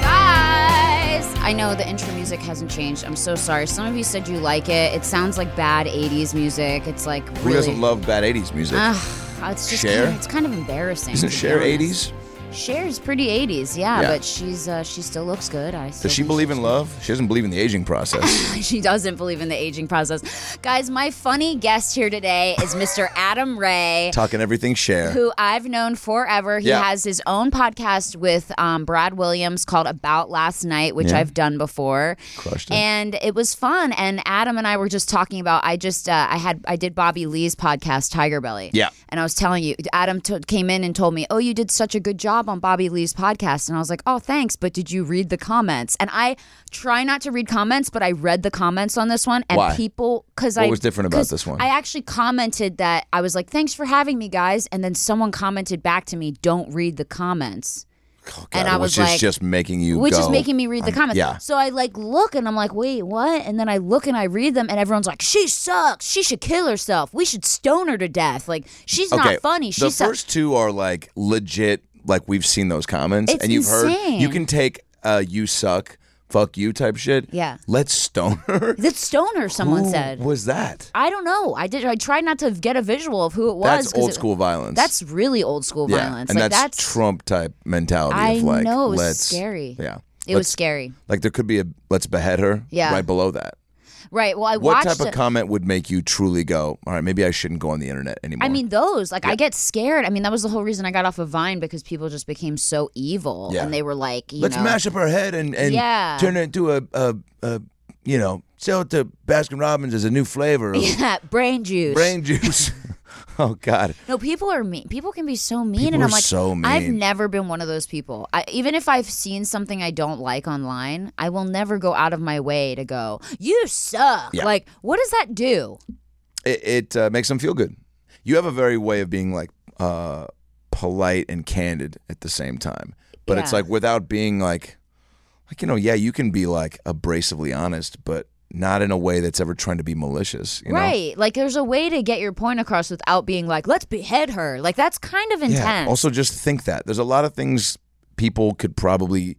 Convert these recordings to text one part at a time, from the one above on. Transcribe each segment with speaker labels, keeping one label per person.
Speaker 1: guys. I know the intro music hasn't changed. I'm so sorry. Some of you said you like it. It sounds like bad 80s music. It's like really. Ah.
Speaker 2: Who doesn't love bad 80s music?
Speaker 1: Ugh, it's just
Speaker 2: Cher?
Speaker 1: Kind of, it's kind of embarrassing.
Speaker 2: Isn't
Speaker 1: to be
Speaker 2: Cher
Speaker 1: honest.
Speaker 2: 80s?
Speaker 1: Cher's pretty 80s, yeah,
Speaker 2: Yeah.
Speaker 1: but she's uh, she still looks good. I still
Speaker 2: Does she
Speaker 1: think
Speaker 2: believe
Speaker 1: she's-
Speaker 2: in love? She doesn't believe in the aging process.
Speaker 1: She doesn't believe in the aging process. Guys, my funny guest here today is Mr. Adam Ray.
Speaker 2: Talking everything Cher.
Speaker 1: who I've known forever. He
Speaker 2: Yeah.
Speaker 1: has his own podcast with um, Brad Williams called About Last Night, which I've done before.
Speaker 2: Crushed it.
Speaker 1: And it was fun. And Adam and I were just talking about. I just uh, I had I did Bobby Lee's podcast Tiger Belly.
Speaker 2: Yeah.
Speaker 1: And I was telling you, Adam t- came in and told me, "Oh, you did such a good job on Bobby Lee's podcast." And I was like, "Oh, thanks." But did you read the comments? And I try not to read comments, but I read the comments on this one, and
Speaker 2: Why?
Speaker 1: people because
Speaker 2: What
Speaker 1: I
Speaker 2: was different about
Speaker 1: 'cause
Speaker 2: this one?
Speaker 1: I actually commented that I was like, "Thanks for having me, guys," and then someone commented back to me, "Don't read the comments," and I was
Speaker 2: Oh, which
Speaker 1: like,
Speaker 2: is just making you
Speaker 1: which
Speaker 2: go,
Speaker 1: is making me read the
Speaker 2: I'm-
Speaker 1: comments.
Speaker 2: Yeah.
Speaker 1: So I like look and I'm like, wait, what? And then I look and I read them, and everyone's like, she sucks. She should kill herself. We should stone her to death. Like she's
Speaker 2: okay,
Speaker 1: not funny. She
Speaker 2: the
Speaker 1: sucks.
Speaker 2: first two are like legit, like we've seen those comments.
Speaker 1: It's
Speaker 2: and you've
Speaker 1: insane.
Speaker 2: heard, you can take uh, you suck, fuck you type shit.
Speaker 1: Yeah.
Speaker 2: Let's stone her.
Speaker 1: Let's stone her. Someone
Speaker 2: Who
Speaker 1: said.
Speaker 2: was that?
Speaker 1: I don't know. I did. I tried not to get a visual of who it was.
Speaker 2: That's
Speaker 1: 'cause
Speaker 2: old
Speaker 1: it-
Speaker 2: school violence.
Speaker 1: That's really old school
Speaker 2: yeah.
Speaker 1: violence.
Speaker 2: And
Speaker 1: like
Speaker 2: that's,
Speaker 1: that's,
Speaker 2: Trump type mentality
Speaker 1: I
Speaker 2: of like,
Speaker 1: know, it was
Speaker 2: let's,
Speaker 1: scary.
Speaker 2: Yeah.
Speaker 1: It was
Speaker 2: Let's-
Speaker 1: scary.
Speaker 2: Like there could be a let's behead her
Speaker 1: Yeah.
Speaker 2: right below that.
Speaker 1: Right. Well, I
Speaker 2: What
Speaker 1: watched.
Speaker 2: type of
Speaker 1: it-
Speaker 2: comment would make you truly go, all right, maybe I shouldn't go on the internet anymore?
Speaker 1: I mean, those, like, I get scared. I mean, that was the whole reason I got off of Vine because people just became so evil.
Speaker 2: Yeah.
Speaker 1: And they were like, you
Speaker 2: let's
Speaker 1: know.
Speaker 2: mash up her head and, and
Speaker 1: Yeah.
Speaker 2: turn it into a, a, a, you know, sell it to Baskin Robbins as a new flavor of
Speaker 1: Yeah, brain juice.
Speaker 2: brain juice. oh, God.
Speaker 1: No, people are mean. People can be so mean,
Speaker 2: People
Speaker 1: and
Speaker 2: are
Speaker 1: I'm like,
Speaker 2: so mean.
Speaker 1: I've never been one of those people. I, even if I've seen something I don't like online, I will never go out of my way to go, "You suck."
Speaker 2: Yeah.
Speaker 1: Like, what does that do?
Speaker 2: It, it uh, makes them feel good. You have a very way of being like uh, polite and candid at the same time. But it's
Speaker 1: Yeah.
Speaker 2: like without being like, like, you know, yeah, you can be like abrasively honest, but not in a way that's ever trying to be malicious. You know?
Speaker 1: Right? Like, there's a way to get your point across without being like, "Let's behead her." Like, that's kind of intense.
Speaker 2: Yeah. Also, just think that there's a lot of things people could probably,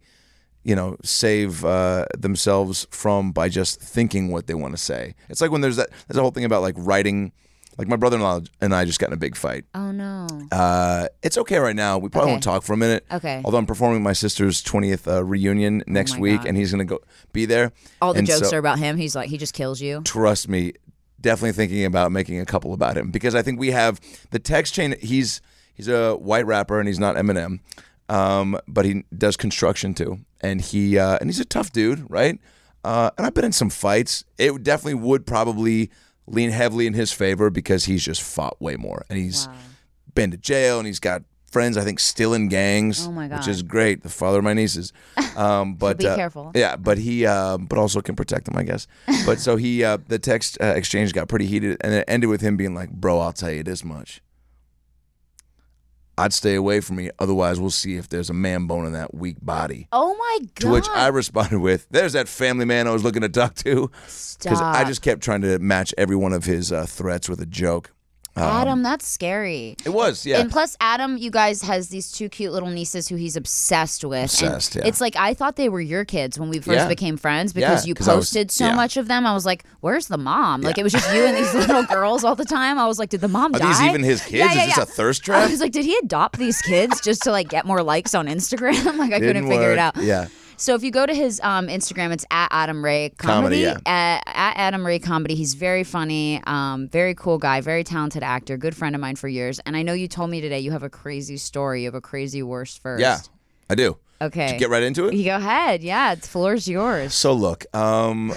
Speaker 2: you know, save uh, themselves from by just thinking what they want to say. It's like when there's that there's a whole thing about like writing. Like my brother-in-law and I just got in a big fight.
Speaker 1: oh no.
Speaker 2: Uh, it's okay right now. We probably
Speaker 1: Okay.
Speaker 2: won't talk for a minute.
Speaker 1: Okay. Oh
Speaker 2: Although I'm performing my sister's 20th uh, reunion next
Speaker 1: my
Speaker 2: week,
Speaker 1: God.
Speaker 2: and he's gonna go be there.
Speaker 1: All the
Speaker 2: And
Speaker 1: jokes
Speaker 2: so-
Speaker 1: are about him. He's like, he just kills you.
Speaker 2: trust me, definitely thinking about making a couple about him because I think we have the text chain. He's he's a white rapper and he's not Eminem, um, but he does construction too, and he uh, and he's a tough dude, right? Uh, and I've been in some fights. It definitely would probably lean heavily in his favor because he's just fought way more, and he's been to jail, and he's got friends I think still in gangs,
Speaker 1: Oh my
Speaker 2: which
Speaker 1: God.
Speaker 2: is great. The father of my nieces, um, but
Speaker 1: be
Speaker 2: uh,
Speaker 1: careful.
Speaker 2: yeah, but he, uh, but also can protect them, I guess. But so he, uh, the text uh, exchange got pretty heated, and it ended with him being like, "Bro, I'll tell you this much. I'd stay away from you, otherwise we'll see if there's a man bone in that weak body."
Speaker 1: Oh my god.
Speaker 2: To which I responded with, "There's that family man I was looking to talk to," because I
Speaker 1: Stop.
Speaker 2: just kept trying to match every one of his uh, threats with a joke.
Speaker 1: Adam, that's scary.
Speaker 2: It was, um, yeah.
Speaker 1: And plus, Adam, you guys, has these two cute little nieces who he's obsessed with. And
Speaker 2: Obsessed, yeah.
Speaker 1: It's like I thought they were your kids when we first
Speaker 2: Yeah.
Speaker 1: became friends because
Speaker 2: Yeah,
Speaker 1: you
Speaker 2: 'cause I was-
Speaker 1: posted so
Speaker 2: yeah.
Speaker 1: much of them. I was like, "Where's the mom?" Like it was just you and these little girls all the time. I was like, "Did the mom
Speaker 2: Are
Speaker 1: die?"
Speaker 2: these even his kids?
Speaker 1: Yeah, yeah,
Speaker 2: Is this
Speaker 1: yeah.
Speaker 2: a thirst
Speaker 1: I
Speaker 2: trap?
Speaker 1: was like, "Did he adopt these kids just to like get more likes on Instagram?" like I couldn't
Speaker 2: Didn't
Speaker 1: figure it
Speaker 2: work.
Speaker 1: out.
Speaker 2: Yeah.
Speaker 1: So if you go to his um, Instagram, it's at Adam Ray
Speaker 2: Comedy,
Speaker 1: Comedy.
Speaker 2: yeah.
Speaker 1: at, at Adam Ray Comedy. He's very funny, um, very cool guy, very talented actor, good friend of mine for years. And I know you told me today you have a crazy story. You have a crazy worst first.
Speaker 2: Yeah, I do.
Speaker 1: Okay.
Speaker 2: Should get right into it.
Speaker 1: You go ahead. Yeah, the floor's yours.
Speaker 2: So look, um,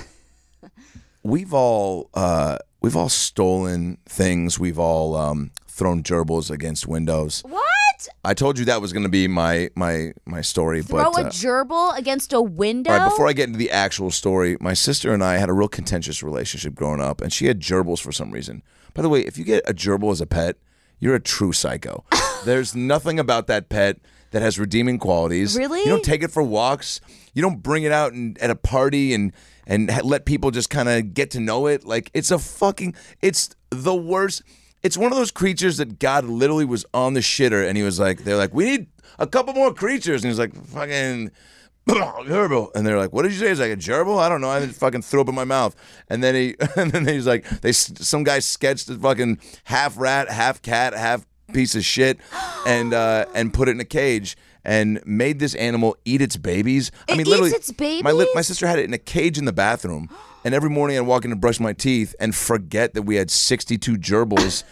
Speaker 2: we've all uh, we've all stolen things. We've all um, thrown gerbils against windows.
Speaker 1: What?
Speaker 2: I told you that was going to be my my my story,
Speaker 1: Throw
Speaker 2: but
Speaker 1: a
Speaker 2: uh,
Speaker 1: gerbil against a window?
Speaker 2: All right, before I get into the actual story, my sister and I had a real contentious relationship growing up, and she had gerbils for some reason. By the way, if you get a gerbil as a pet, you're a true psycho. There's nothing about that pet that has redeeming qualities.
Speaker 1: Really?
Speaker 2: You don't take it for walks. You don't bring it out and, at a party and and ha- let people just kind of get to know it. Like it's a fucking it's the worst. It's one of those creatures that God literally was on the shitter and he was like, they're like, we need a couple more creatures, and he's like, fucking gerbil. And they're like, what did you say? He's like, a gerbil? I don't know. I just fucking threw up in my mouth. And then he, and then he's like, they, s- some guy sketched a fucking half rat, half cat, half piece of shit and, uh, and put it in a cage and made this animal eat its babies.
Speaker 1: It
Speaker 2: I mean,
Speaker 1: eats
Speaker 2: literally,
Speaker 1: its
Speaker 2: My, li- my
Speaker 1: babies?
Speaker 2: sister had it in a cage in the bathroom. And every morning I'd walk in to brush my teeth and forget that we had 62 gerbils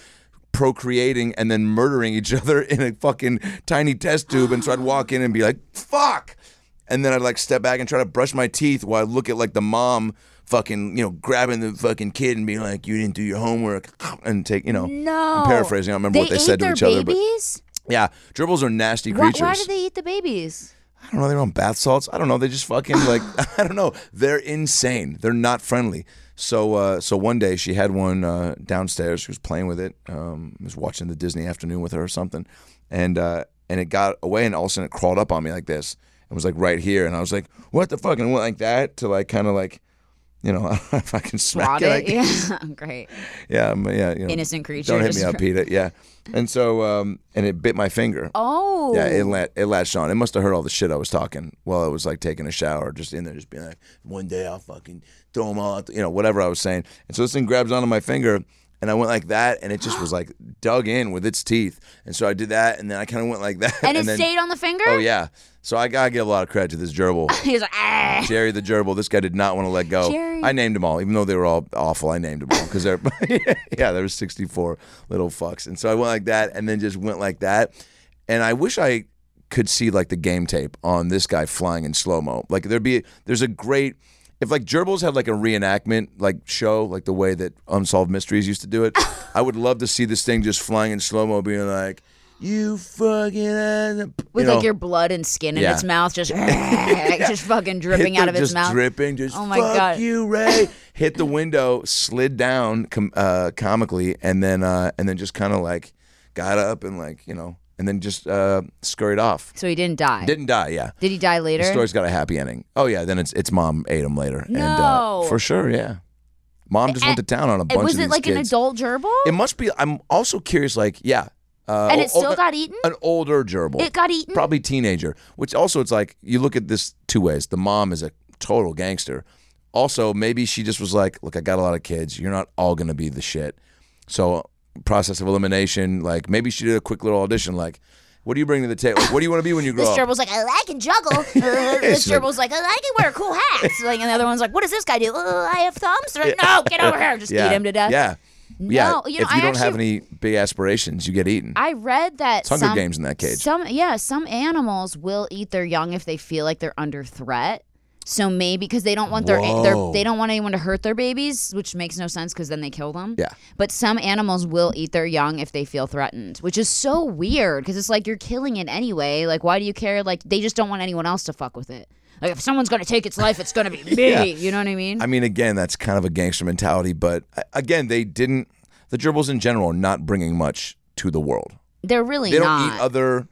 Speaker 2: procreating and then murdering each other in a fucking tiny test tube. And so I'd walk in and be like, fuck. And then I'd like step back and try to brush my teeth while I look at like the mom fucking, you know, grabbing the fucking kid and being like, you didn't do your homework. And take, you know,
Speaker 1: no.
Speaker 2: I'm paraphrasing. I don't remember what they
Speaker 1: ate
Speaker 2: said to
Speaker 1: their
Speaker 2: each other. But
Speaker 1: babies?
Speaker 2: yeah, gerbils are nasty
Speaker 1: Why,
Speaker 2: creatures.
Speaker 1: why do they eat the babies?
Speaker 2: I don't know. They're on bath salts. I don't know. They just fucking like I don't know. They're insane. They're not friendly. So uh, so one day she had one uh, downstairs. She was playing with it. Um, I was watching the Disney afternoon with her or something, and uh, and it got away and all of a sudden it crawled up on me like this and was like right here and I was like what the fuck and it went like that to like kind of like you know I don't know if I can smack
Speaker 1: Rot
Speaker 2: it.
Speaker 1: it?
Speaker 2: I-
Speaker 1: Yeah, great.
Speaker 2: yeah, I'm- yeah. You know,
Speaker 1: Innocent creature.
Speaker 2: Don't hit
Speaker 1: just
Speaker 2: me up, Peter. Yeah, and so um, and it bit my finger.
Speaker 1: Oh.
Speaker 2: Yeah, it, la- it latched on. It must have heard all the shit I was talking while I was like taking a shower, just in there, just being like, one day I'll fucking throw them all, out the-" you know, whatever I was saying. And so this thing grabs onto my finger and I went like that and it just was like dug in with its teeth. And so I did that and then I kind of went like that.
Speaker 1: and, it
Speaker 2: then,
Speaker 1: stayed on the finger?
Speaker 2: Oh, yeah. So I got to give a lot of credit to this gerbil.
Speaker 1: He's like, ah.
Speaker 2: Jerry the gerbil. This guy did not want to let go.
Speaker 1: Jerry.
Speaker 2: I named them all, even though they were all awful. I named them all because they're yeah, there were sixty four little fucks, and so I went like that, and then just went like that, and I wish I could see like the game tape on this guy flying in slow mo. Like there'd be there's a great. If like gerbils had like a reenactment like show, like the way that Unsolved Mysteries used to do it, I would love to see this thing just flying in slow mo, being like, "You fucking," ass-" you
Speaker 1: With
Speaker 2: know?
Speaker 1: like your blood and skin in
Speaker 2: Yeah.
Speaker 1: its mouth, just just fucking dripping
Speaker 2: Hit
Speaker 1: out
Speaker 2: the-
Speaker 1: of its
Speaker 2: just
Speaker 1: mouth.
Speaker 2: dripping. Just
Speaker 1: Oh my
Speaker 2: fuck
Speaker 1: God.
Speaker 2: you, Ray. Hit the window, slid down com- uh, comically, and then uh, and then just kind of like got up and like you know, and then just uh, scurried off.
Speaker 1: So he didn't die.
Speaker 2: Didn't die. Yeah.
Speaker 1: Did he die
Speaker 2: The
Speaker 1: later?
Speaker 2: story's got a happy ending. Oh yeah, then it's its mom ate him later. And, uh,
Speaker 1: No.
Speaker 2: for sure, yeah. Mom just went to town on a
Speaker 1: And
Speaker 2: bunch
Speaker 1: was
Speaker 2: of
Speaker 1: it
Speaker 2: these
Speaker 1: like an
Speaker 2: kids.
Speaker 1: adult gerbil?
Speaker 2: It must be. I'm also curious. Like, yeah. Uh,
Speaker 1: and
Speaker 2: o-
Speaker 1: it still
Speaker 2: o-
Speaker 1: got eaten?
Speaker 2: an older gerbil.
Speaker 1: It got eaten?
Speaker 2: oh. Probably teenager. Which also, it's like you look at this two ways. The mom is a total gangster. Also, maybe she just was like, "Look, I got a lot of kids. You're not all gonna be the shit." So, process of elimination. Like maybe she did a quick little audition. Like, what do you bring to the table? Like, what do you want to be when you grow
Speaker 1: This
Speaker 2: up?
Speaker 1: gerbil's like, oh, I can juggle. this
Speaker 2: It's like-
Speaker 1: gerbil's like, oh, I can wear cool hats. Like, and the other one's like, what does this guy do? Oh, I have thumbs. They're like, no, get over here. Just
Speaker 2: yeah.
Speaker 1: eat him to death.
Speaker 2: Yeah. yeah.
Speaker 1: No, you know,
Speaker 2: if you
Speaker 1: I
Speaker 2: don't have
Speaker 1: actually-
Speaker 2: any big aspirations, you get eaten.
Speaker 1: I read that
Speaker 2: It's Hunger
Speaker 1: some,
Speaker 2: Games in that cage.
Speaker 1: Some yeah, some animals will eat their young if they feel like they're under threat. So maybe because they don't want their,
Speaker 2: Whoa.
Speaker 1: their they don't want anyone to hurt their babies, which makes no sense because then they kill them.
Speaker 2: Yeah.
Speaker 1: But some animals will eat their young if they feel threatened, which is so weird because it's like you're killing it anyway. Like why do you care? Like they just don't want anyone else to fuck with it. Like if someone's gonna take its life, it's gonna be me.
Speaker 2: Yeah.
Speaker 1: You know what I mean?
Speaker 2: I mean, again, that's kind of a gangster mentality, but uh, again, they didn't. The gerbils in general are not bringing much to the world.
Speaker 1: They're really
Speaker 2: They don't
Speaker 1: not.
Speaker 2: eat other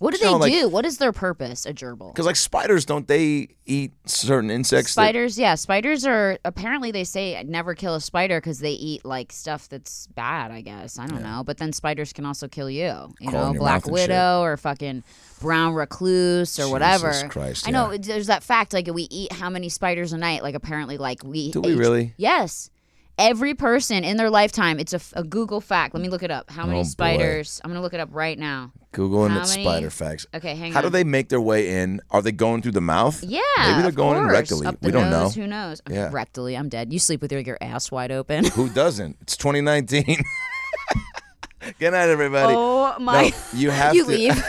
Speaker 1: what do
Speaker 2: you know,
Speaker 1: they
Speaker 2: like-
Speaker 1: do? What is their purpose? A gerbil.
Speaker 2: because, like spiders, don't they eat certain insects? that-
Speaker 1: Spiders, yeah, spiders are apparently they say never kill a spider because they eat like stuff that's bad. I guess I don't know, but then spiders can also kill you. You
Speaker 2: Crawl in
Speaker 1: know,
Speaker 2: your mouth
Speaker 1: black
Speaker 2: and shit.
Speaker 1: widow or fucking brown recluse or whatever.
Speaker 2: Christ,
Speaker 1: I know
Speaker 2: yeah.
Speaker 1: it- there's that fact like we eat how many spiders a night. Like apparently, like we
Speaker 2: Do we
Speaker 1: eat-
Speaker 2: really?
Speaker 1: Yes. Every person in their lifetime, it's a, f- a Google fact. Let me look it up. How many
Speaker 2: Oh, boy.
Speaker 1: spiders? I'm gonna look it up right now.
Speaker 2: Google and
Speaker 1: How
Speaker 2: its
Speaker 1: many-
Speaker 2: spider facts.
Speaker 1: Okay, hang
Speaker 2: How
Speaker 1: on.
Speaker 2: do they make their way in? Are they going through the mouth?
Speaker 1: Yeah,
Speaker 2: Maybe they're
Speaker 1: of
Speaker 2: going in
Speaker 1: course.
Speaker 2: rectally.
Speaker 1: Up the
Speaker 2: We don't
Speaker 1: nose,
Speaker 2: know.
Speaker 1: Who knows?
Speaker 2: Yeah.
Speaker 1: Rectally, I'm dead. You sleep with your, your ass wide open.
Speaker 2: Who doesn't? It's 2019. Good night, everybody.
Speaker 1: Oh my!
Speaker 2: No, you have
Speaker 1: you
Speaker 2: to.
Speaker 1: leave.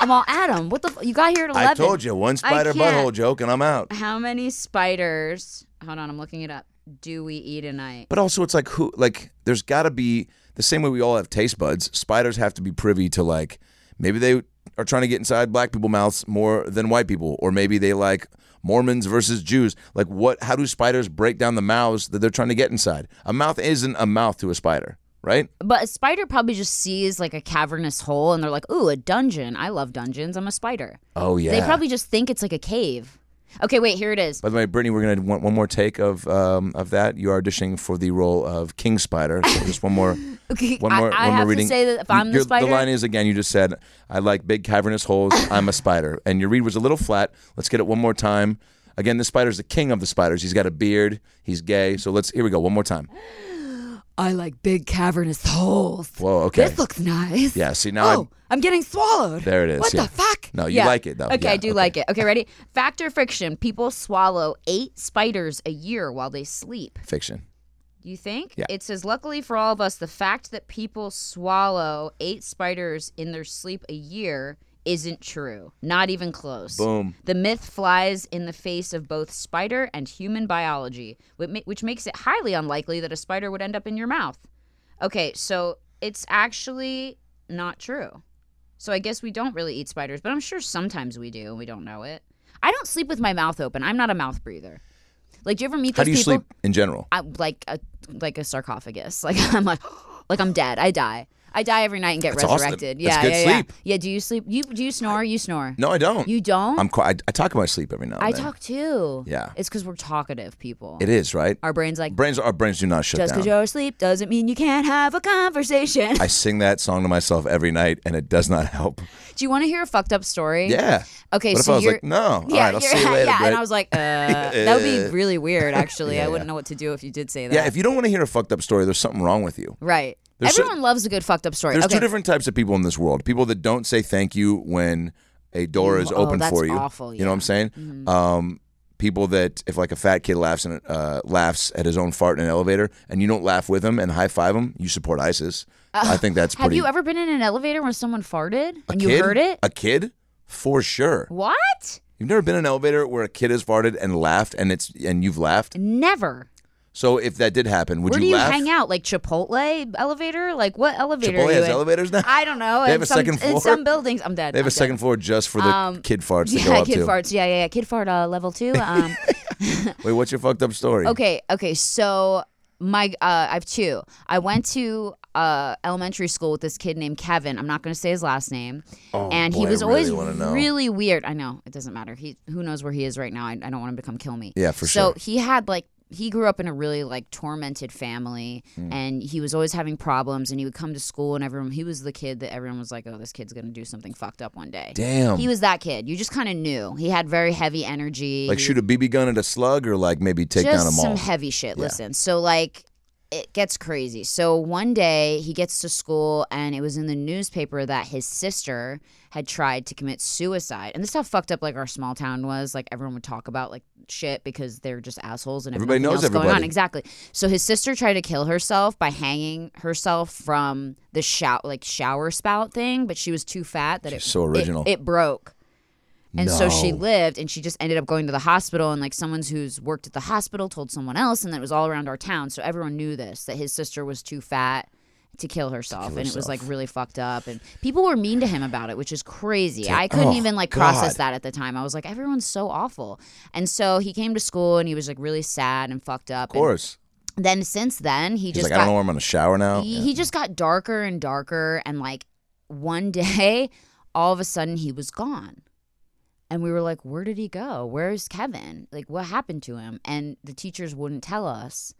Speaker 1: I'm all Adam. What the? F- you got here at eleven.
Speaker 2: I told you one
Speaker 1: I
Speaker 2: spider
Speaker 1: can't.
Speaker 2: butthole joke, and I'm out.
Speaker 1: How many spiders? Hold on, I'm looking it up. Do we eat a night?
Speaker 2: But also, it's like who? Like, there's got to be the same way we all have taste buds. Spiders have to be privy to like maybe they are trying to get inside black people mouths more than white people, or maybe they like Mormons versus Jews. Like, what? How do spiders break down the mouths that they're trying to get inside? A mouth isn't a mouth to a spider, right?
Speaker 1: But a spider probably just sees like a cavernous hole, and they're like, "Ooh, a dungeon! I love dungeons. I'm a spider."
Speaker 2: Oh yeah.
Speaker 1: They probably just think it's like a cave. Okay, wait. Here it is.
Speaker 2: By the way, Brittany, we're gonna want one more take of um, of that. You are auditioning for the role of King Spider. So just one more,
Speaker 1: Okay,
Speaker 2: one
Speaker 1: I-
Speaker 2: more,
Speaker 1: I
Speaker 2: one more
Speaker 1: have to
Speaker 2: reading.
Speaker 1: say that if I'm the
Speaker 2: Your-
Speaker 1: spider-
Speaker 2: line is again. You just said, "I like big cavernous holes. I'm a spider." And your read was a little flat. Let's get it one more time. Again, this spider's the king of the spiders. He's got a beard. He's gay. So let's. Here we go. One more time.
Speaker 3: I like big cavernous holes.
Speaker 2: Whoa. Okay.
Speaker 3: This looks nice.
Speaker 2: yeah. See now.
Speaker 3: Oh, I'm getting swallowed.
Speaker 2: There it is,
Speaker 3: What
Speaker 2: yeah.
Speaker 3: the fuck?
Speaker 2: No, you
Speaker 1: Yeah.
Speaker 2: like it though.
Speaker 1: Okay,
Speaker 2: Yeah,
Speaker 1: I do like it. Okay, ready? Fact or friction? People swallow eight spiders a year while they sleep.
Speaker 2: Fiction.
Speaker 1: You think?
Speaker 2: Yeah.
Speaker 1: It says, luckily for all of us, the fact that people swallow eight spiders in their sleep a year isn't true. Not even close.
Speaker 2: Boom.
Speaker 1: The myth flies in the face of both spider and human biology, which ma- which makes it highly unlikely that a spider would end up in your mouth. Okay, so it's actually not true. So I guess we don't really eat spiders, but I'm sure sometimes we do and we don't know it. I don't sleep with my mouth open. I'm not a mouth breather. Like, do you ever meet those
Speaker 2: How do you
Speaker 1: people?
Speaker 2: sleep in general?
Speaker 1: I, like a like a sarcophagus. Like I'm like like I'm dead. I die. I die every night and get
Speaker 2: That's awesome.
Speaker 1: resurrected.
Speaker 2: That's
Speaker 1: Yeah,
Speaker 2: good
Speaker 1: yeah, yeah.
Speaker 2: sleep.
Speaker 1: Yeah. Do you sleep? You do you snore? You snore.
Speaker 2: No, I don't.
Speaker 1: You don't.
Speaker 2: I'm. qui- I, I talk about sleep every now. And
Speaker 1: I
Speaker 2: then.
Speaker 1: talk too.
Speaker 2: Yeah.
Speaker 1: It's because we're talkative people.
Speaker 2: It is right.
Speaker 1: Our brains like
Speaker 2: brains. Our brains do not shut
Speaker 1: just
Speaker 2: down.
Speaker 1: because you're asleep doesn't mean you can't have a conversation.
Speaker 2: I sing that song to myself every night, and it does not help.
Speaker 1: do you want to hear a fucked up story?
Speaker 2: Yeah.
Speaker 1: Okay,
Speaker 2: What
Speaker 1: so
Speaker 2: if I was
Speaker 1: you're
Speaker 2: like, no?
Speaker 1: Yeah,
Speaker 2: all right, I'll
Speaker 1: you're-
Speaker 2: see you later.
Speaker 1: yeah,
Speaker 2: Brett.
Speaker 1: and I was like, uh, that would be really weird. Actually, I wouldn't know what to do if you did say that.
Speaker 2: yeah. If you don't want to hear a fucked up story, there's something wrong with you.
Speaker 1: right.
Speaker 2: There's so-
Speaker 1: Everyone loves a good fucked up story.
Speaker 2: There's
Speaker 1: okay.
Speaker 2: two different types of people in this world. People that don't say thank you when a door is
Speaker 1: Oh,
Speaker 2: open
Speaker 1: that's
Speaker 2: for you.
Speaker 1: awful, Mm-hmm.
Speaker 2: You know what I'm saying? Um, people that if like a fat kid laughs and uh, laughs at his own fart in an elevator, and you don't laugh with him and high five him, you support ISIS. I think that's
Speaker 1: Have
Speaker 2: pretty.
Speaker 1: you ever been in an elevator where someone farted
Speaker 2: a
Speaker 1: and
Speaker 2: kid,
Speaker 1: you heard it?
Speaker 2: A kid, for sure.
Speaker 1: what?
Speaker 2: You've never been in an elevator where a kid has farted and laughed, and it's and you've laughed.
Speaker 1: Never.
Speaker 2: So if that did happen, would
Speaker 1: where
Speaker 2: you,
Speaker 1: do you
Speaker 2: laugh?
Speaker 1: hang out? Like Chipotle elevator? Like what elevator?
Speaker 2: Chipotle
Speaker 1: are you
Speaker 2: has
Speaker 1: in?
Speaker 2: elevators now?
Speaker 1: I don't know.
Speaker 2: They
Speaker 1: in
Speaker 2: have a
Speaker 1: some,
Speaker 2: second floor?
Speaker 1: In some buildings, I'm dead.
Speaker 2: They have
Speaker 1: I'm
Speaker 2: a second
Speaker 1: dead.
Speaker 2: floor just for the
Speaker 1: Um,
Speaker 2: kid farts to
Speaker 1: yeah,
Speaker 2: go up
Speaker 1: kid
Speaker 2: to.
Speaker 1: farts. Yeah, yeah, yeah. Kid fart uh, level two. Um,
Speaker 2: Wait, what's your fucked up story?
Speaker 1: okay, okay. So my, uh, I have two. I went to uh, elementary school with this kid named Kevin. I'm not going to say his last name. and
Speaker 2: Oh, boy,
Speaker 1: he
Speaker 2: I
Speaker 1: was
Speaker 2: really
Speaker 1: always
Speaker 2: wanna know.
Speaker 1: really weird. I know it doesn't matter. He who knows where he is right now. I, I don't want him to come kill me.
Speaker 2: Yeah, for
Speaker 1: so
Speaker 2: sure.
Speaker 1: So he had like he grew up in a really like tormented family
Speaker 2: Hmm.
Speaker 1: and he was always having problems and he would come to school and everyone he was the kid that everyone was like oh this kid's gonna do something fucked up one day
Speaker 2: Damn.
Speaker 1: he was that kid you just kind of knew he had very heavy energy
Speaker 2: Like
Speaker 1: He
Speaker 2: shoot a BB gun at a slug, or like maybe take
Speaker 1: just
Speaker 2: down a
Speaker 1: some
Speaker 2: mall.
Speaker 1: heavy shit. Listen, so like it gets crazy. So one day he gets to school and it was in the newspaper that his sister had tried to commit suicide. And this is how fucked up like our small town was. Like everyone would talk about like shit because they're just assholes and
Speaker 2: Everybody
Speaker 1: everything
Speaker 2: knows
Speaker 1: else going on.
Speaker 2: everybody.
Speaker 1: Exactly. So his sister tried to kill herself by hanging herself from the shower like shower spout thing, but she was too fat that it
Speaker 2: so
Speaker 1: it-
Speaker 2: original.
Speaker 1: it broke. And so she
Speaker 2: No.
Speaker 1: lived and she just ended up going to the hospital and like someone who's worked at the hospital told someone else and that was all around our town. So everyone knew this that his sister was too fat to kill herself and it was like really fucked up and people were mean to him about it which is crazy i couldn't
Speaker 2: oh,
Speaker 1: even like
Speaker 2: God.
Speaker 1: process that at the time i was like everyone's so awful and so he came to school and he was like really sad and fucked up
Speaker 2: of course.
Speaker 1: and then since then he
Speaker 2: He's
Speaker 1: just
Speaker 2: like, I
Speaker 1: got
Speaker 2: don't know where I'm gonna shower now.
Speaker 1: he,
Speaker 2: Yeah.
Speaker 1: he just got darker and darker and like one day all of a sudden he was gone and we were like where did he go where's kevin like what happened to him and the teachers wouldn't tell us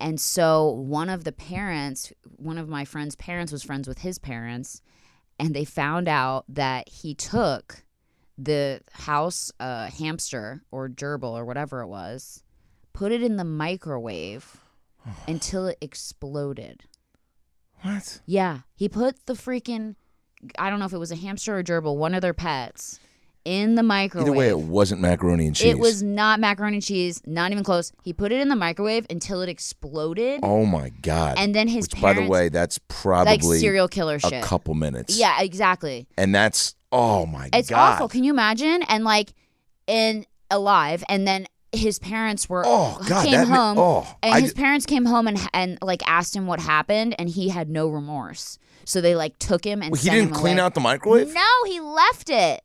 Speaker 1: and so one of the parents one of my friend's parents was friends with his parents and they found out that he took the house uh, hamster or gerbil or whatever it was put it in the microwave until it exploded.
Speaker 2: What?
Speaker 1: Yeah, he put the freaking I don't know if it was a hamster or gerbil, one of their pets, in the microwave.
Speaker 2: Either way, it wasn't macaroni and cheese.
Speaker 1: It was not macaroni and cheese, not even close. He put it in the microwave until it exploded.
Speaker 2: Oh my god!
Speaker 1: And then his
Speaker 2: Which, by the
Speaker 1: parents-
Speaker 2: way, that's probably
Speaker 1: like serial killer
Speaker 2: a
Speaker 1: shit.
Speaker 2: couple minutes.
Speaker 1: Yeah, exactly.
Speaker 2: and that's oh my god!
Speaker 1: It's awful. Can you imagine? And like, in alive, and then his parents were
Speaker 2: Oh, God,
Speaker 1: came
Speaker 2: that ma-
Speaker 1: home.
Speaker 2: oh,
Speaker 1: and
Speaker 2: I
Speaker 1: his
Speaker 2: d-
Speaker 1: parents came home and and like asked him what happened, and he had no remorse. So they like took him and
Speaker 2: Well, he
Speaker 1: sent
Speaker 2: didn't
Speaker 1: him
Speaker 2: clean
Speaker 1: away.
Speaker 2: out the microwave.
Speaker 1: No, he left it.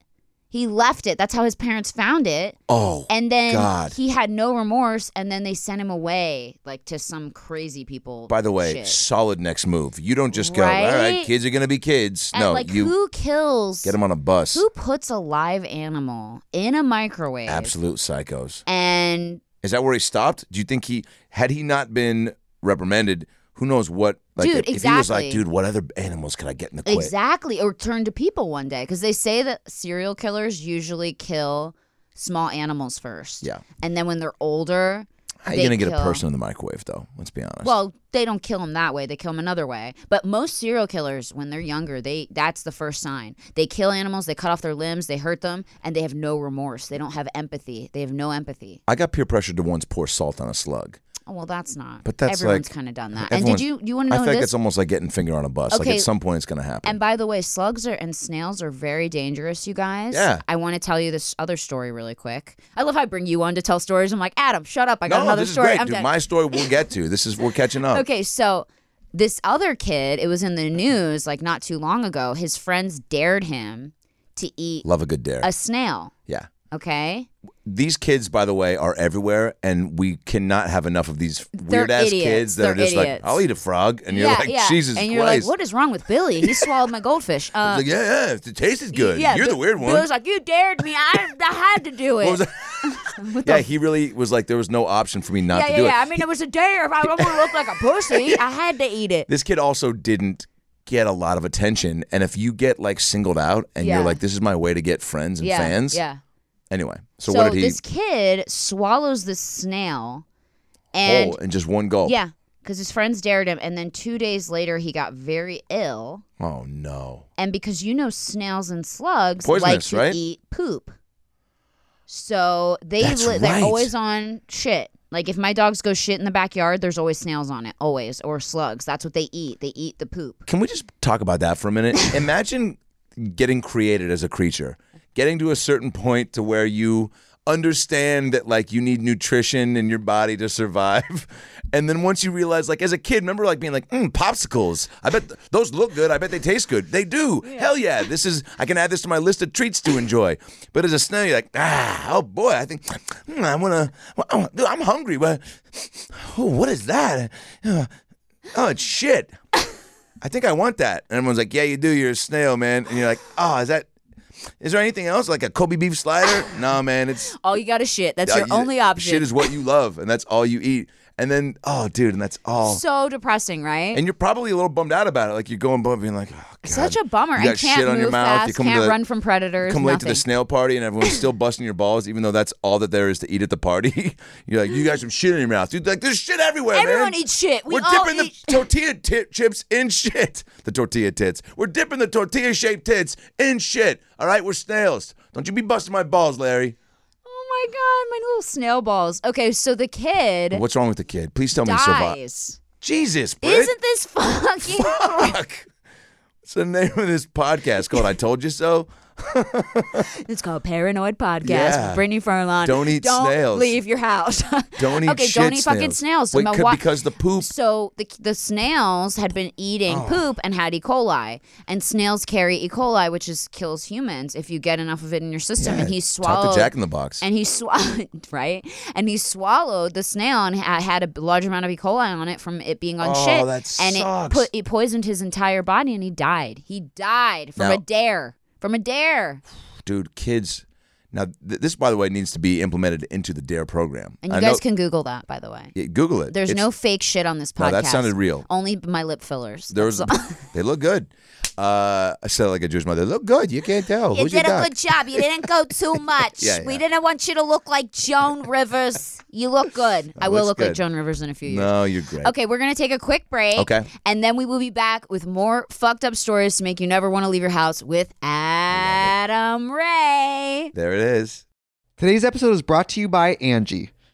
Speaker 1: He left it. That's how his parents found it.
Speaker 2: Oh,
Speaker 1: And then
Speaker 2: God.
Speaker 1: he had no remorse, and then they sent him away, like to some crazy people.
Speaker 2: By the way,
Speaker 1: shit.
Speaker 2: solid next move. You don't just go. All right,
Speaker 1: Right?
Speaker 2: kids are gonna be kids.
Speaker 1: And,
Speaker 2: no,
Speaker 1: like
Speaker 2: you
Speaker 1: who kills?
Speaker 2: get them on a bus.
Speaker 1: who puts a live animal in a microwave?
Speaker 2: Absolute psychos.
Speaker 1: And
Speaker 2: Is that where he stopped? Do you think he had he not been reprimanded? Who knows what? Like,
Speaker 1: Dude,
Speaker 2: if, if he was like,
Speaker 1: exactly.
Speaker 2: dude, what other animals can I get in the quit?
Speaker 1: exactly, or turn to people one day because they say that serial killers usually kill small animals first.
Speaker 2: Yeah.
Speaker 1: And then when they're older,
Speaker 2: How are you
Speaker 1: they
Speaker 2: gonna get a
Speaker 1: kill-
Speaker 2: person in the microwave though? Let's be honest.
Speaker 1: Well, they don't kill them that way. They kill them another way. But most serial killers, when they're younger, they that's the first sign. They kill animals, they cut off their limbs, they hurt them, and they have no remorse. They don't have empathy. They have no empathy.
Speaker 2: I got peer pressured to once pour salt on a slug.
Speaker 1: Oh, well, that's not.
Speaker 2: But that's
Speaker 1: everyone's
Speaker 2: like
Speaker 1: kind of done that. And did
Speaker 2: everyone's-
Speaker 1: you you want to
Speaker 2: I
Speaker 1: know
Speaker 2: feel like
Speaker 1: this?
Speaker 2: it's almost like getting finger on a bus. Like
Speaker 1: Okay.
Speaker 2: at some point, it's gonna happen.
Speaker 1: and by the way, slugs are and snails are very dangerous, you guys.
Speaker 2: Yeah.
Speaker 1: I want to tell you this other story really quick. I love how I bring you on to tell stories. I'm like, Adam, shut up. I got
Speaker 2: no,
Speaker 1: another
Speaker 2: this
Speaker 1: story.
Speaker 2: is great,
Speaker 1: I'm
Speaker 2: dude.
Speaker 1: done.
Speaker 2: My story we'll get to. This is we're catching up.
Speaker 1: Okay, so this other kid, it was in the news like not too long ago. His friends dared him to eat
Speaker 2: Love a good dare.
Speaker 1: a snail.
Speaker 2: yeah.
Speaker 1: Okay,
Speaker 2: These kids, by the way, are everywhere, and we cannot have enough of these
Speaker 1: They're
Speaker 2: weird ass
Speaker 1: idiots.
Speaker 2: kids that are
Speaker 1: They're
Speaker 2: just
Speaker 1: idiots.
Speaker 2: like, "I'll eat a frog," and you're
Speaker 1: yeah,
Speaker 2: like,
Speaker 1: yeah.
Speaker 2: "Jesus
Speaker 1: and you're
Speaker 2: Christ!"
Speaker 1: like, what is wrong with Billy? He swallowed my goldfish.
Speaker 2: I
Speaker 1: Uh,
Speaker 2: was like, "Yeah, yeah, if it tasted
Speaker 1: y-
Speaker 2: good.
Speaker 1: yeah,
Speaker 2: you're the
Speaker 1: Bi-
Speaker 2: weird one."
Speaker 1: Billy was like, you dared me. I, I had to do it.
Speaker 2: What was that? yeah, he really was like, there was no option for me not
Speaker 1: yeah,
Speaker 2: to
Speaker 1: yeah,
Speaker 2: do
Speaker 1: yeah. I
Speaker 2: it.
Speaker 1: mean, it was a dare. If I don't want to look like a pussy, I had to eat it.
Speaker 2: this kid also didn't get a lot of attention, and if you get like singled out, and
Speaker 1: Yeah.
Speaker 2: you're like, "This is my way to get friends and
Speaker 1: yeah,
Speaker 2: fans,"
Speaker 1: Yeah.
Speaker 2: Anyway, so, what did he?
Speaker 1: this kid swallows this snail, and
Speaker 2: And, and just one gulp.
Speaker 1: Yeah, because his friends dared him, and then two days later he got very ill.
Speaker 2: Oh no.
Speaker 1: And because you know snails and slugs like
Speaker 2: Poisonous,
Speaker 1: to
Speaker 2: right?
Speaker 1: eat poop, so they
Speaker 2: That's
Speaker 1: li- they're
Speaker 2: right.
Speaker 1: always on shit. Like if my dogs go shit in the backyard, there's always snails on it, always or slugs. That's what they eat. They eat the poop.
Speaker 2: Can we just talk about that for a minute? Imagine getting created as a creature, getting to a certain point to where you understand that like you need nutrition in your body to survive. And then once you realize like as a kid, remember like being like, mm, popsicles. I bet th- those look good. I bet they taste good. They do. Hell yeah. This is I can add this to my list of treats to enjoy. But as a snail, you're like, ah, oh boy, I think mm, I wanna I wanna- dude, I'm hungry. What oh, what is that? Uh, Oh, it's shit. I think I want that. And everyone's like, Yeah, you do. You're a snail, man. And you're like, Oh, is that? Is there anything else like a Kobe beef slider? no, man. It's
Speaker 1: All you got is shit. That's
Speaker 2: uh,
Speaker 1: your
Speaker 2: you-
Speaker 1: only option.
Speaker 2: Shit is what you love, and that's all you eat. And then, oh, dude, and that's all.
Speaker 1: so depressing, right?
Speaker 2: and you're probably a little bummed out about it. Like you're going bummed, being like, oh, God.
Speaker 1: Such a bummer.
Speaker 2: You
Speaker 1: I
Speaker 2: got
Speaker 1: can't
Speaker 2: shit on
Speaker 1: move
Speaker 2: your mouth.
Speaker 1: fast.
Speaker 2: you come to
Speaker 1: can't
Speaker 2: the-
Speaker 1: run from predators.
Speaker 2: Come late to the
Speaker 1: nothing.
Speaker 2: snail party and everyone's still busting your balls, even though that's all that there is to eat at the party. You're like, you got some shit in your mouth, dude. Like, there's shit everywhere,
Speaker 1: Everyone
Speaker 2: man.
Speaker 1: eats shit. We
Speaker 2: are
Speaker 1: all
Speaker 2: dipping
Speaker 1: eat-
Speaker 2: the tortilla tit chips in shit. The tortilla tits. We're dipping the tortilla shaped tits in shit. All right, we're snails. Don't you be busting my balls, Larry.
Speaker 1: Oh my god, my little snail balls. Okay, so the kid
Speaker 2: What's wrong with the kid? Please tell me he survived.
Speaker 1: dies.
Speaker 2: Jesus, Brit.
Speaker 1: Isn't this fucking
Speaker 2: Fuck. What's the name of this podcast called? I told you so.
Speaker 1: It's called Paranoid Podcast
Speaker 2: Yeah.
Speaker 1: with Brittany Furlan.
Speaker 2: Don't eat snails.
Speaker 1: Leave your house.
Speaker 2: Don't eat
Speaker 1: okay,
Speaker 2: shit
Speaker 1: don't eat fucking
Speaker 2: snails.
Speaker 1: snails.
Speaker 2: Wait,
Speaker 1: My
Speaker 2: could-
Speaker 1: wa-
Speaker 2: because the poop. Oh.
Speaker 1: So the the snails had been eating poop and had E. coli, and snails carry E. coli, which is kills humans if you get enough of it in your system. and he
Speaker 2: Talk
Speaker 1: swallowed.
Speaker 2: to Jack in the Box.
Speaker 1: and he swallowed right, and he swallowed the snail and ha- had a large amount of E. coli on it from it being on
Speaker 2: Oh,
Speaker 1: shit,
Speaker 2: that
Speaker 1: and
Speaker 2: sucks.
Speaker 1: it put it poisoned his entire body, and he died. He died from
Speaker 2: Now-
Speaker 1: a dare, from a dare.
Speaker 2: dude, kids Now, th- this, by the way, needs to be implemented into the DARE E program.
Speaker 1: And you
Speaker 2: I
Speaker 1: guys
Speaker 2: know-
Speaker 1: can Google that, by the way.
Speaker 2: Yeah, Google it.
Speaker 1: There's
Speaker 2: It's-
Speaker 1: no fake shit on this
Speaker 2: No,
Speaker 1: podcast.
Speaker 2: that sounded real.
Speaker 1: Only my lip fillers.
Speaker 2: There was, they look good. Uh, I said it like a Jewish mother. They look good. You can't tell.
Speaker 1: You
Speaker 2: Who's
Speaker 1: did
Speaker 2: your
Speaker 1: a
Speaker 2: doc?
Speaker 1: good job. You didn't go too much.
Speaker 2: Yeah,
Speaker 1: We
Speaker 2: yeah.
Speaker 1: didn't want you to look like Joan Rivers. You look good. I will look
Speaker 2: looks
Speaker 1: like
Speaker 2: good.
Speaker 1: Joan Rivers in a few years.
Speaker 2: No, you're great.
Speaker 1: Okay, we're going to take a quick break.
Speaker 2: Okay.
Speaker 1: And then we will be back with more fucked up stories to make you never want to leave your house with Adam Ray.
Speaker 2: There it is.
Speaker 4: Today's episode is brought to you by Angie.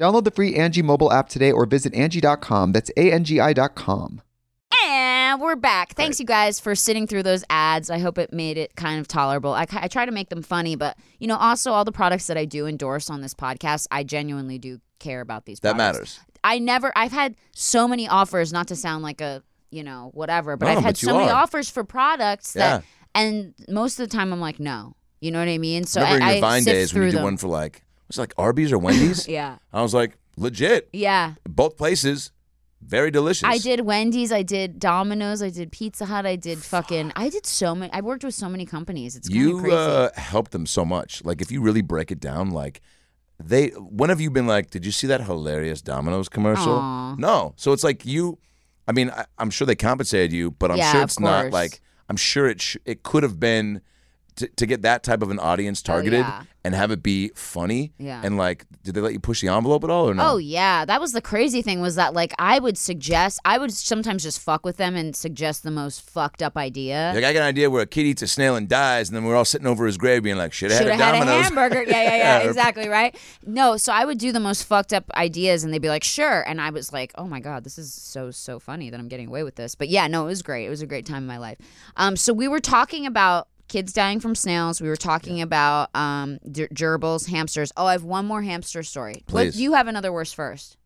Speaker 4: Download the free Angie mobile app today or visit Angie.com. That's A-N-G-I dot com.
Speaker 1: And we're back. Thanks, you guys, for sitting through those ads. I hope it made it kind of tolerable. I, I try to make them funny, but, you know, also all the products that I do endorse on this podcast, I genuinely do care about these
Speaker 2: That
Speaker 1: products.
Speaker 2: matters.
Speaker 1: I never I've had so many offers not to sound like a you know whatever but
Speaker 2: No,
Speaker 1: I've had
Speaker 2: but you
Speaker 1: so many
Speaker 2: are.
Speaker 1: offers for products that and most of the time I'm like no you know what I mean so
Speaker 2: Remember
Speaker 1: I,
Speaker 2: in your
Speaker 1: I
Speaker 2: Vine
Speaker 1: sift
Speaker 2: days when
Speaker 1: through
Speaker 2: you did
Speaker 1: them.
Speaker 2: one for like, was it like Arby's or Wendy's?
Speaker 1: yeah
Speaker 2: I was like, legit.
Speaker 1: yeah
Speaker 2: Both places, very delicious.
Speaker 1: I did Wendy's I did Domino's I did Pizza Hut I did fucking I did so many I worked with so many companies it's kind of
Speaker 2: you
Speaker 1: crazy
Speaker 2: uh, helped them so much. Like, if you really break it down, like, they, when have you been like, did you see that hilarious Domino's commercial?
Speaker 1: Aw.
Speaker 2: No. So it's like you, I mean, I, I'm sure they compensated you, but I'm
Speaker 1: Yeah,
Speaker 2: sure
Speaker 1: of
Speaker 2: it's not
Speaker 1: course.
Speaker 2: like, I'm sure it sh- it could have been to, to get that type of an audience targeted
Speaker 1: Oh, yeah.
Speaker 2: and have it be funny.
Speaker 1: Yeah.
Speaker 2: And like, did they let you push the envelope at all or no?
Speaker 1: Oh yeah, that was the crazy thing was that like I would suggest I would sometimes just fuck with them and suggest the most fucked up idea.
Speaker 2: Like I got an idea where a kid eats a snail and dies, and then we're all sitting over his grave being like, "Should have
Speaker 1: Should
Speaker 2: had a
Speaker 1: have had a
Speaker 2: Domino's."
Speaker 1: hamburger. Yeah, yeah, yeah.
Speaker 2: or-
Speaker 1: exactly, right? No, so I would do the most fucked up ideas and they'd be like, sure. And I was like, oh my God, this is so, so funny that I'm getting away with this. But yeah, no, it was great. It was a great time in my life. Um, so we were talking about kids dying from snails. We were talking about um, ger- gerbils, hamsters. Oh, I have one more hamster story. What,
Speaker 2: Please.
Speaker 1: you have another worse first.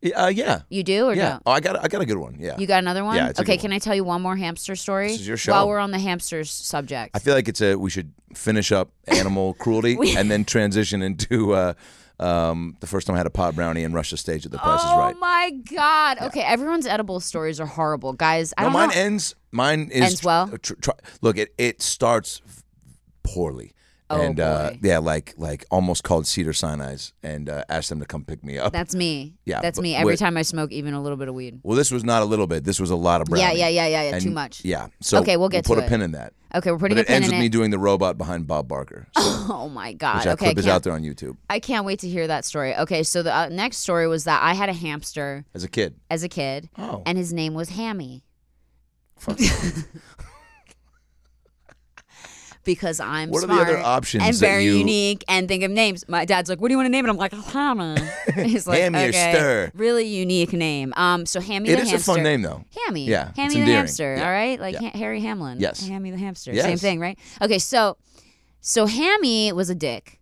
Speaker 2: Yeah, uh, yeah,
Speaker 1: You do or
Speaker 2: yeah.
Speaker 1: don't?
Speaker 2: Oh, I got, I got a good one. Yeah,
Speaker 1: You got another one?
Speaker 2: Yeah, it's a
Speaker 1: okay,
Speaker 2: good
Speaker 1: can I tell you one more hamster story?
Speaker 2: This is your
Speaker 1: While
Speaker 2: show.
Speaker 1: we're on the hamsters subject.
Speaker 2: I feel like it's a we should finish up animal cruelty and then transition into uh, um, the first time I had a pot brownie and rushed the stage at the Price is
Speaker 1: oh
Speaker 2: Right.
Speaker 1: my god! Okay, everyone's edible stories are horrible, guys. I
Speaker 2: no,
Speaker 1: don't
Speaker 2: mine
Speaker 1: know.
Speaker 2: ends. Mine is
Speaker 1: Ends well?
Speaker 2: tr- tr- look, it it starts f- poorly.
Speaker 1: Oh,
Speaker 2: and uh,
Speaker 1: boy.
Speaker 2: yeah, like like almost called Cedar Sinai's and uh, asked them to come pick me up.
Speaker 1: That's me.
Speaker 2: Yeah,
Speaker 1: that's
Speaker 2: but
Speaker 1: me. Every
Speaker 2: wait.
Speaker 1: time I smoke even a little bit of weed.
Speaker 2: well, this was not a little bit. This was a lot of brownie.
Speaker 1: Yeah, yeah, yeah, yeah, yeah.
Speaker 2: And-
Speaker 1: Too much.
Speaker 2: Yeah. So
Speaker 1: Okay, we'll get
Speaker 2: put
Speaker 1: to
Speaker 2: a
Speaker 1: it.
Speaker 2: pin in that.
Speaker 1: Okay, we're putting
Speaker 2: but
Speaker 1: a
Speaker 2: it
Speaker 1: pin
Speaker 2: ends
Speaker 1: in
Speaker 2: with me
Speaker 1: it.
Speaker 2: doing the robot behind Bob Barker, so,
Speaker 1: oh my god!
Speaker 2: which that
Speaker 1: okay, I
Speaker 2: clip is
Speaker 1: can't-
Speaker 2: out there on YouTube.
Speaker 1: I can't wait to hear that story. Okay, so the uh, next story was that I had a hamster
Speaker 2: As a kid,
Speaker 1: as a kid,
Speaker 2: Oh.
Speaker 1: and his name was Hammy. because I'm
Speaker 2: What are the
Speaker 1: smart
Speaker 2: other options
Speaker 1: and
Speaker 2: that
Speaker 1: very
Speaker 2: you-
Speaker 1: unique and think of names. My dad's like, "What do you want to name it?" I'm like, "Hammy." He's like,
Speaker 2: Hammy or
Speaker 1: okay,
Speaker 2: Stir."
Speaker 1: Really unique name. Um, so Hammy
Speaker 2: it
Speaker 1: the
Speaker 2: is
Speaker 1: hamster.
Speaker 2: a fun name though.
Speaker 1: Hammy.
Speaker 2: Yeah, it's
Speaker 1: Hammy the
Speaker 2: endearing.
Speaker 1: hamster.
Speaker 2: Yeah,
Speaker 1: All right, like
Speaker 2: yeah.
Speaker 1: Ha- Harry Hamlin.
Speaker 2: Yes.
Speaker 1: Hammy the hamster.
Speaker 2: Yes.
Speaker 1: Same thing, right? Okay, so so Hammy was a dick.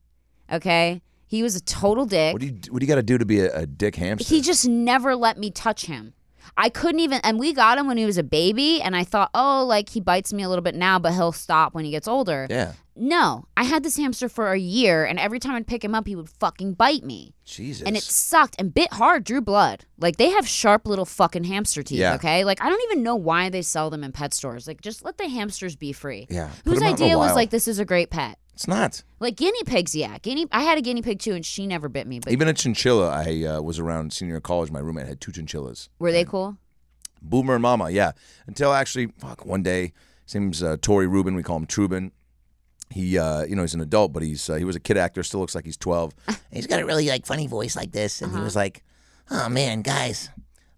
Speaker 1: Okay, he was a total dick.
Speaker 2: What do you What do you got to do to be a, a dick hamster?
Speaker 1: He just never let me touch him. I couldn't even, and we got him when he was a baby, and I thought, oh, like he bites me a little bit now, but he'll stop when he gets older.
Speaker 2: Yeah.
Speaker 1: No, I had this hamster for a year, and every time I'd pick him up, he would fucking bite me.
Speaker 2: Jesus.
Speaker 1: And it sucked and bit hard, drew blood. Like they have sharp little fucking hamster teeth,
Speaker 2: Yeah.
Speaker 1: okay? Like I don't even know why they sell them in pet stores. Like just let the hamsters be free.
Speaker 2: Yeah, put
Speaker 1: Whose
Speaker 2: 'em out in the
Speaker 1: idea was
Speaker 2: wild.
Speaker 1: like this is a great pet?
Speaker 2: it's not.
Speaker 1: Like guinea pigs, yeah. Guinea I had a guinea pig too and she never bit me, but
Speaker 2: Even a chinchilla, I uh, was around senior year of college. My roommate had two chinchillas,
Speaker 1: were they cool?
Speaker 2: Boomer and Mama. Yeah, until actually, fuck, one day, his name's uh, Tori Rubin. We call him Trubin. He, uh, you know, he's an adult, but he's uh, he was a kid actor. Still looks like he's twelve.
Speaker 5: He's got a really like funny voice like this, and he
Speaker 1: Uh-huh.
Speaker 5: was like, "Oh man, guys,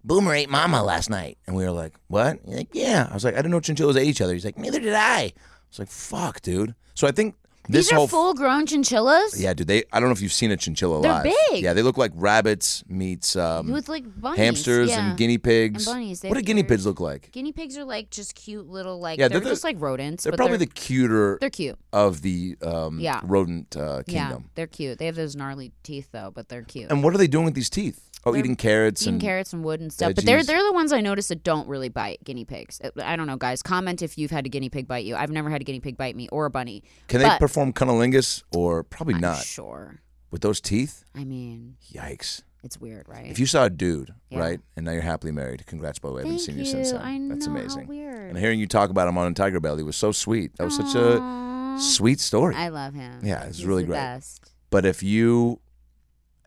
Speaker 5: Boomer ate Mama last night."
Speaker 2: And we were like, "What?" He's like, "Yeah." I was like, "I didn't know chinchillas ate each other." He's like, "Neither did I." I was like, "Fuck, dude." So I think this
Speaker 1: These are
Speaker 2: whole
Speaker 1: full grown chinchillas?
Speaker 2: yeah, dude. They I don't know if you've seen a chinchilla
Speaker 1: They're
Speaker 2: live.
Speaker 1: big.
Speaker 2: Yeah, they look like rabbits meets um,
Speaker 1: With like bunnies.
Speaker 2: hamsters
Speaker 1: yeah.
Speaker 2: and guinea pigs.
Speaker 1: And bunnies, they
Speaker 2: What do
Speaker 1: have
Speaker 2: guinea
Speaker 1: ears.
Speaker 2: pigs look like?
Speaker 1: Guinea pigs are like just cute little like
Speaker 2: Yeah,
Speaker 1: they're,
Speaker 2: they're the-
Speaker 1: just like rodents.
Speaker 2: They're
Speaker 1: but
Speaker 2: probably
Speaker 1: they're,
Speaker 2: the cuter
Speaker 1: they're cute.
Speaker 2: of the um,
Speaker 1: Yeah.
Speaker 2: rodent uh,
Speaker 1: Yeah,
Speaker 2: kingdom.
Speaker 1: they're cute. They have those gnarly teeth though, but they're cute.
Speaker 2: And what are they doing with these teeth? Oh,
Speaker 1: They're
Speaker 2: eating carrots
Speaker 1: eating
Speaker 2: and
Speaker 1: carrots and wood and stuff. But they're
Speaker 2: veggies.
Speaker 1: they're the ones I notice that don't really bite guinea pigs. Uh, I don't know, guys. Comment if you've had a guinea pig bite you. I've never had a guinea pig bite me or a bunny.
Speaker 2: Can they
Speaker 1: but
Speaker 2: perform cunnilingus or probably
Speaker 1: I'm
Speaker 2: not
Speaker 1: sure.
Speaker 2: with those teeth?
Speaker 1: I mean,
Speaker 2: Yikes!
Speaker 1: it's weird, right?
Speaker 2: If you saw a dude,
Speaker 1: Yeah.
Speaker 2: right, and now you're happily married. Congrats, by the way. I haven't
Speaker 1: Thank
Speaker 2: seen you, since
Speaker 1: you.
Speaker 2: then.
Speaker 1: I
Speaker 2: That's
Speaker 1: know, how
Speaker 2: amazing.
Speaker 1: weird.
Speaker 2: And hearing you talk about him on Tiger Belly was so sweet. That was such a sweet story.
Speaker 1: I love him.
Speaker 2: Yeah, it's
Speaker 1: He's
Speaker 2: really
Speaker 1: the
Speaker 2: great.
Speaker 1: best.
Speaker 2: But if you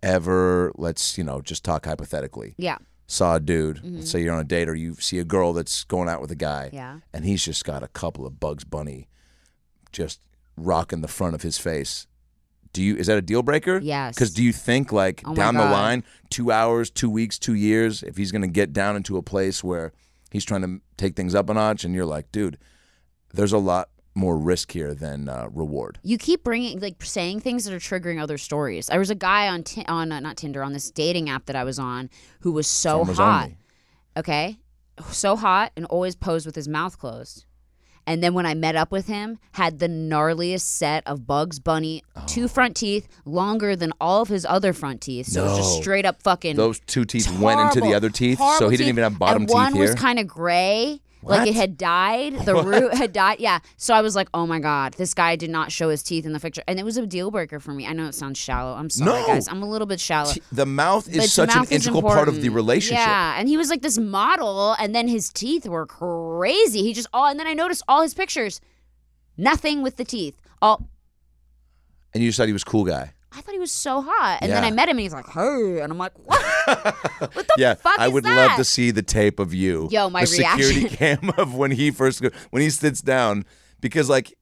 Speaker 2: ever, let's, you know, just talk hypothetically,
Speaker 1: Yeah,
Speaker 2: saw a dude, let's say you're on a date or you see a girl that's going out with a guy,
Speaker 1: Mm-hmm. yeah.
Speaker 2: and he's just got a couple of Bugs Bunny just rocking the front of his face. Do you is that a deal breaker?
Speaker 1: Yes.
Speaker 2: Because do you think like
Speaker 1: Oh my
Speaker 2: down the
Speaker 1: God.
Speaker 2: line, two hours, two weeks, two years, if he's gonna get down into a place where he's trying to take things up a notch, and you're like, dude, there's a lot more risk here than uh, reward.
Speaker 1: You keep bringing like saying things that are triggering other stories. There was a guy on t- on uh, not Tinder on this dating app that I was on who was so
Speaker 2: Farmers
Speaker 1: hot.
Speaker 2: only.
Speaker 1: okay so hot and always posed with his mouth closed and then when i met up with him had the gnarliest set of bugs bunny
Speaker 2: Oh.
Speaker 1: two front teeth longer than all of his other front teeth so it was just
Speaker 2: No.
Speaker 1: straight up fucking
Speaker 2: Those two teeth went into the
Speaker 1: horrible,
Speaker 2: other teeth, so
Speaker 1: horrible
Speaker 2: he didn't
Speaker 1: teeth.
Speaker 2: even have bottom
Speaker 1: and
Speaker 2: teeth
Speaker 1: one
Speaker 2: here.
Speaker 1: was kind of gray
Speaker 2: What?
Speaker 1: like it had died the root had died yeah so i was like oh my god this guy did not show his teeth in the picture and it was a deal breaker for me i know it sounds shallow i'm sorry
Speaker 2: No.
Speaker 1: guys i'm a little bit shallow
Speaker 2: T- the mouth is
Speaker 1: but
Speaker 2: such
Speaker 1: mouth
Speaker 2: an
Speaker 1: is
Speaker 2: integral part of the
Speaker 1: important.
Speaker 2: relationship.
Speaker 1: Yeah, and he was like this model, and then his teeth were crazy. He just all, and then I noticed all his pictures, nothing with the teeth. All
Speaker 2: And you decided he was a cool guy.
Speaker 1: I thought he was so hot, and then
Speaker 2: Yeah.
Speaker 1: I met him, and he's like, "Hey," and I'm like, "What? what the
Speaker 2: yeah,
Speaker 1: fuck
Speaker 2: I
Speaker 1: is
Speaker 2: would
Speaker 1: that?
Speaker 2: love to see the tape of you.
Speaker 1: Yo, my
Speaker 2: the security cam of when he first go- when he sits down because like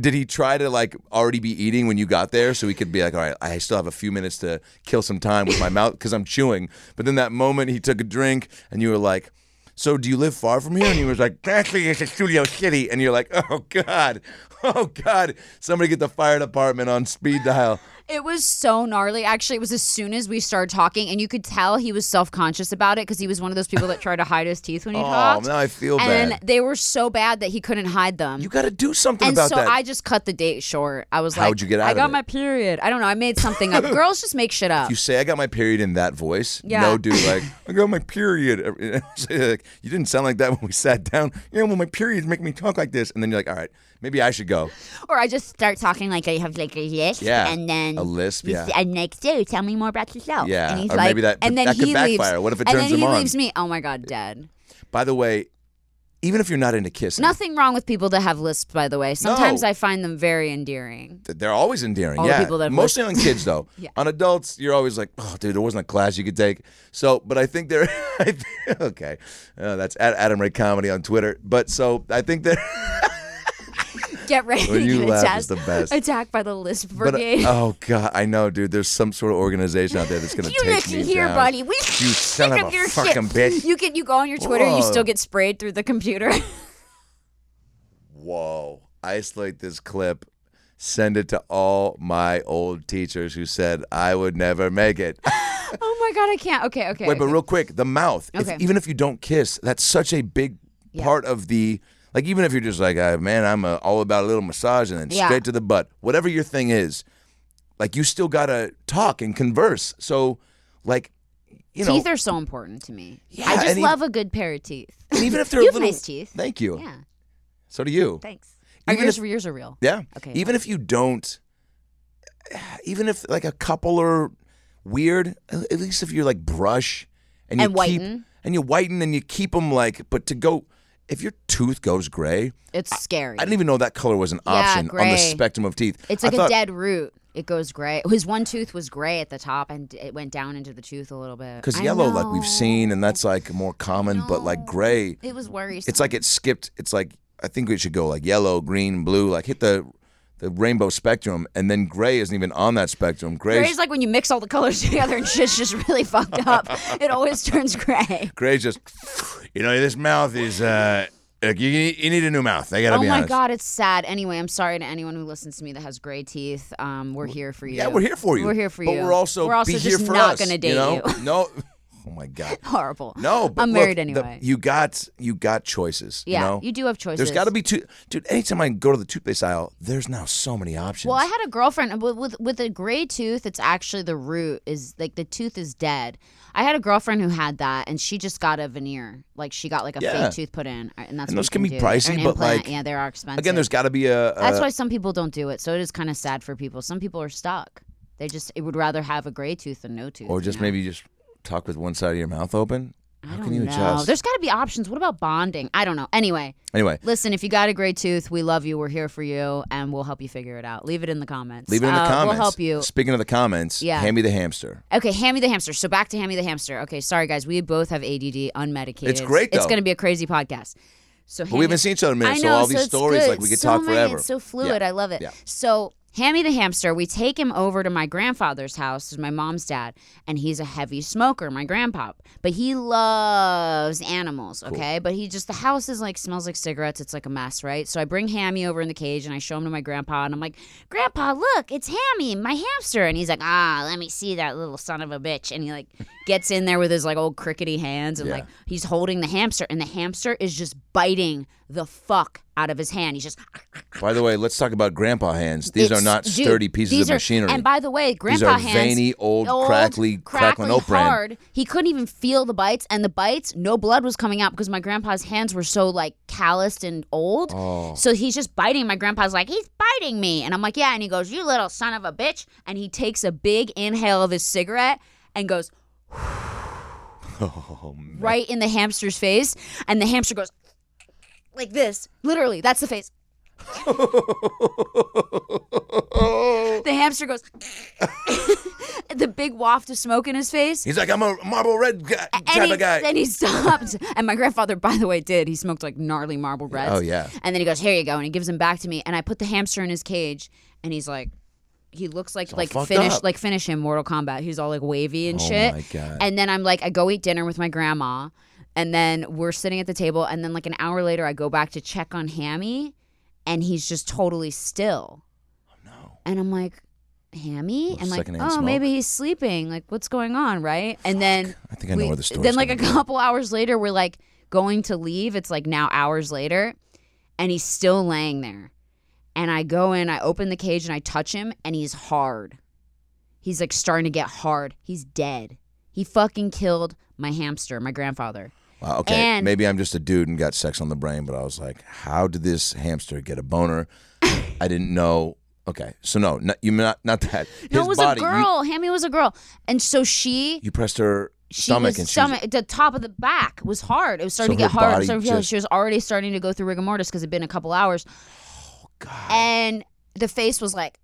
Speaker 2: did he try to like already be eating when you got there so he could be like all right I still have a few minutes to kill some time with my mouth cuz I'm chewing. But then that moment he took a drink and you were like so do you live far from here? And he was like, actually, it's a Studio City. And you're like, oh God, oh God, somebody get the fire department on speed dial.
Speaker 1: It was so gnarly. Actually, it was as soon as we started talking, and you could tell he was self conscious about it because he was one of those people that try to hide his teeth when he
Speaker 2: Oh,
Speaker 1: talked.
Speaker 2: now I feel
Speaker 1: and
Speaker 2: bad.
Speaker 1: they were so bad that he couldn't hide them.
Speaker 2: You got to do something
Speaker 1: and
Speaker 2: about
Speaker 1: so
Speaker 2: that.
Speaker 1: I just cut the date short. I was
Speaker 2: How'd
Speaker 1: like,
Speaker 2: you get out
Speaker 1: I
Speaker 2: of
Speaker 1: got
Speaker 2: it?
Speaker 1: my period. I don't know. I made something up. Girls just make shit up.
Speaker 2: you say I got my period in that voice,
Speaker 1: Yeah.
Speaker 2: no dude, like I got my period. like, you didn't sound like that when we sat down. Yeah, well, my periods make me talk like this, and then you're like, all right, maybe I should go.
Speaker 1: or I just start talking like I have like a lisp,
Speaker 2: Yeah,
Speaker 1: and then
Speaker 2: a lisp,
Speaker 1: you
Speaker 2: yeah.
Speaker 1: s- I'm like, dude, tell me more about yourself.
Speaker 2: Yeah,
Speaker 1: and he's
Speaker 2: or
Speaker 1: like,
Speaker 2: maybe that-
Speaker 1: and then
Speaker 2: that could
Speaker 1: he leaves.
Speaker 2: backfire. What if it turns
Speaker 1: and then
Speaker 2: him
Speaker 1: he
Speaker 2: on?
Speaker 1: leaves me. Oh my god, dead.
Speaker 2: By the way, even if you're not into kissing,
Speaker 1: Nothing wrong with people that have lisps, by the way. Sometimes
Speaker 2: No.
Speaker 1: I find them very endearing.
Speaker 2: th- they're always endearing.
Speaker 1: All the
Speaker 2: yeah,
Speaker 1: people that have
Speaker 2: mostly on kids though. On adults, you're always like, oh, dude, there wasn't a class you could take. So, but I think there, I th- okay, uh, that's at Adam Ray Comedy on Twitter. But so I think that.
Speaker 1: Get ready
Speaker 2: When
Speaker 1: to
Speaker 2: you
Speaker 1: get
Speaker 2: laugh
Speaker 1: attacked,
Speaker 2: is the best.
Speaker 1: attacked by the lisp
Speaker 2: But, uh,
Speaker 1: brigade.
Speaker 2: oh god, I know, dude. There's some sort of organization out there that's gonna
Speaker 1: you
Speaker 2: take
Speaker 1: listen
Speaker 2: me
Speaker 1: here,
Speaker 2: down.
Speaker 1: buddy. We
Speaker 2: You son
Speaker 1: pick
Speaker 2: of
Speaker 1: up
Speaker 2: a
Speaker 1: your
Speaker 2: fucking
Speaker 1: shit.
Speaker 2: bitch.
Speaker 1: You get you go on your Twitter, you
Speaker 2: Whoa.
Speaker 1: still get sprayed through the computer.
Speaker 2: Whoa. Isolate this clip. Send it to all my old teachers who said I would never make it.
Speaker 1: Oh my god, I can't. Okay, okay.
Speaker 2: Wait, but
Speaker 1: okay.
Speaker 2: real quick, the mouth. If-
Speaker 1: Okay.
Speaker 2: even if you don't kiss, that's such a big
Speaker 1: Yeah.
Speaker 2: part of the. Like, even if you're just like, uh, man, I'm uh, all about a little massage and then
Speaker 1: Yeah.
Speaker 2: straight to the butt, whatever your thing is, like, you still gotta talk and converse. So, like, you know,
Speaker 1: teeth are so important to me.
Speaker 2: Yeah,
Speaker 1: I just
Speaker 2: and e-
Speaker 1: love a good pair of teeth.
Speaker 2: and even if they're
Speaker 1: you
Speaker 2: a
Speaker 1: have
Speaker 2: little,
Speaker 1: nice teeth.
Speaker 2: Thank you.
Speaker 1: Yeah,
Speaker 2: So do you.
Speaker 1: thanks. Are
Speaker 2: Even
Speaker 1: yours,
Speaker 2: if-
Speaker 1: yours are real.
Speaker 2: Yeah.
Speaker 1: Okay,
Speaker 2: Even if you don't, even if like a couple are weird, at least if you're like brush and you
Speaker 1: And
Speaker 2: keep-
Speaker 1: whiten.
Speaker 2: and you whiten and you keep them like, but to go, if your tooth goes gray,
Speaker 1: It's scary.
Speaker 2: I didn't even know that color was an
Speaker 1: Yeah,
Speaker 2: option on the
Speaker 1: gray.
Speaker 2: spectrum of teeth.
Speaker 1: It's
Speaker 2: I
Speaker 1: like a
Speaker 2: thought-
Speaker 1: dead root. It goes gray. His one tooth was gray at the top, and it went down into the tooth a little bit.
Speaker 2: Because
Speaker 1: I
Speaker 2: yellow, like we've
Speaker 1: know.
Speaker 2: seen, and that's like more common, but like gray,
Speaker 1: It was worrisome.
Speaker 2: it's like it skipped. It's like I think we should go like yellow, green, blue, like hit the the rainbow spectrum, and then gray isn't even on that spectrum. Gray's,
Speaker 1: Gray's like when you mix all the colors together and shit's just really fucked up. It always turns gray.
Speaker 2: Gray's just, you know, this mouth is. uh like, you, you need a new mouth. I gotta
Speaker 1: oh
Speaker 2: be
Speaker 1: my
Speaker 2: honest.
Speaker 1: god, it's sad. Anyway, I'm sorry to anyone who listens to me that has gray teeth. Um, we're here for you.
Speaker 2: Yeah, we're here for you.
Speaker 1: We're here for
Speaker 2: but
Speaker 1: you.
Speaker 2: But we're also
Speaker 1: we're also
Speaker 2: be
Speaker 1: just
Speaker 2: here for
Speaker 1: not
Speaker 2: us,
Speaker 1: gonna date
Speaker 2: you. Know? No. Oh my god.
Speaker 1: Horrible.
Speaker 2: No, but
Speaker 1: I'm
Speaker 2: look,
Speaker 1: married
Speaker 2: the-
Speaker 1: anyway.
Speaker 2: you got you got choices.
Speaker 1: yeah,
Speaker 2: you, know?
Speaker 1: do have choices.
Speaker 2: There's got to be two, dude. Anytime I go to the toothpaste aisle, there's now so many options.
Speaker 1: Well, I had a girlfriend uh, with, with with a gray tooth. It's actually the root is like the tooth is dead. I had a girlfriend who had that, and she just got a veneer. Like she got like a
Speaker 2: Yeah.
Speaker 1: fake tooth put in, and that's
Speaker 2: And
Speaker 1: what
Speaker 2: those
Speaker 1: you
Speaker 2: can be
Speaker 1: do. Or
Speaker 2: pricey,
Speaker 1: an
Speaker 2: but,
Speaker 1: implant.
Speaker 2: like,
Speaker 1: yeah, they are expensive.
Speaker 2: Again, there's uh, got to be a, a.
Speaker 1: that's why some people don't do it. So it is kind of sad for people. Some people are stuck. They just it would rather have a gray tooth than no tooth.
Speaker 2: Or
Speaker 1: you
Speaker 2: just
Speaker 1: know?
Speaker 2: maybe just talk with one side of your mouth open.
Speaker 1: I
Speaker 2: How
Speaker 1: don't
Speaker 2: can you
Speaker 1: know.
Speaker 2: adjust?
Speaker 1: There's got to be options. What about bonding? I don't know. Anyway,
Speaker 2: Anyway,
Speaker 1: listen, if you got a gray tooth, we love you. We're here for you, and we'll help you figure it out. Leave it in the comments.
Speaker 2: leave it in the
Speaker 1: Uh,
Speaker 2: comments.
Speaker 1: We'll help you.
Speaker 2: Speaking of the comments,
Speaker 1: Yeah.
Speaker 2: hand me the hamster.
Speaker 1: Okay, Hammy the hamster. So back to Hammy the hamster. Okay, sorry guys, we both have ADD, unmedicated.
Speaker 2: It's great,
Speaker 1: It's
Speaker 2: though.
Speaker 1: going to be a crazy podcast. So
Speaker 2: But we haven't seen each other in a minute, so all these
Speaker 1: it's
Speaker 2: stories,
Speaker 1: good.
Speaker 2: like, we could
Speaker 1: so
Speaker 2: talk
Speaker 1: many,
Speaker 2: forever.
Speaker 1: It's so fluid.
Speaker 2: Yeah.
Speaker 1: I love it.
Speaker 2: Yeah.
Speaker 1: So Hammy the hamster, we take him over to my grandfather's house, who's my mom's dad, and he's a heavy smoker, my grandpa. But he loves animals, okay? But he just the house is like smells like cigarettes. It's like a mess, right? So I bring Hammy over in the cage and I show him to my grandpa, and I'm like, Grandpa, look, it's Hammy, my hamster. And he's like, Ah, let me see that little son of a bitch. And he like gets in there with his like old crickety hands and
Speaker 2: Yeah.
Speaker 1: like he's holding the hamster, and the hamster is just biting the fuck out of his hand. He's just
Speaker 2: By the way, let's talk about grandpa hands. These
Speaker 1: it's-
Speaker 2: are not
Speaker 1: dude,
Speaker 2: sturdy pieces
Speaker 1: these
Speaker 2: of
Speaker 1: are-
Speaker 2: machinery.
Speaker 1: And by the way,
Speaker 2: these
Speaker 1: grandpa
Speaker 2: are
Speaker 1: hands
Speaker 2: veiny, old, crackly, crackling oat bran.
Speaker 1: hard. He couldn't even feel the bites, and the bites, no blood was coming out because my grandpa's hands were so like calloused and old.
Speaker 2: Oh.
Speaker 1: So he's just biting. My grandpa's like, he's biting me, and I'm like, yeah. And he goes, you little son of a bitch, and he takes a big inhale of his cigarette and goes.
Speaker 2: Oh,
Speaker 1: Right in the hamster's face, and the hamster goes like this. Literally, that's the face. The hamster goes. the big waft of smoke in his face.
Speaker 2: He's like, I'm a marble red guy, type
Speaker 1: And he,
Speaker 2: of guy.
Speaker 1: then he stopped. And my grandfather, by the way, did. He smoked like gnarly marble reds.
Speaker 2: oh, yeah.
Speaker 1: And then he goes, Here you go. And he gives him back to me. And I put the hamster in his cage. And he's like, He looks like, like,
Speaker 2: fucked
Speaker 1: finish,
Speaker 2: up.
Speaker 1: like, finish him, Mortal Kombat. He's all like wavy and
Speaker 2: Oh,
Speaker 1: shit.
Speaker 2: my God.
Speaker 1: And then I'm like, I go eat dinner with my grandma. And then we're sitting at the table. And then, like, an hour later, I go back to check on Hammy. And he's just totally still.
Speaker 2: Oh, no.
Speaker 1: And I'm like, Hammy?
Speaker 2: Little
Speaker 1: And like,
Speaker 2: secondhand
Speaker 1: oh,
Speaker 2: smoke.
Speaker 1: maybe he's sleeping. Like, what's going on, right? And then
Speaker 2: I think I know
Speaker 1: we-
Speaker 2: where the story
Speaker 1: Then like a couple hours later, we're like going to leave. It's like now hours later, and he's still laying there. And I go in, I open the cage, and I touch him, and he's hard. He's like starting to get hard. He's dead. He fucking killed my hamster, my grandfather.
Speaker 2: Wow, okay.
Speaker 1: And-
Speaker 2: Maybe I'm just a dude and got sex on the brain, but I was like, how did this hamster get a boner? I didn't know. Okay, so no, not, you not not that. His
Speaker 1: no, it was
Speaker 2: body,
Speaker 1: a
Speaker 2: you-
Speaker 1: girl. Hammy was a girl, and so she.
Speaker 2: You, pressed her
Speaker 1: she
Speaker 2: stomach
Speaker 1: was
Speaker 2: and she was-
Speaker 1: stomach, the top of the back was hard. It was starting
Speaker 2: So
Speaker 1: to get
Speaker 2: her
Speaker 1: hard. It was
Speaker 2: body
Speaker 1: starting to feel-
Speaker 2: just-
Speaker 1: she was already starting to go through rigor mortis because it'd been a couple hours. And the face was like,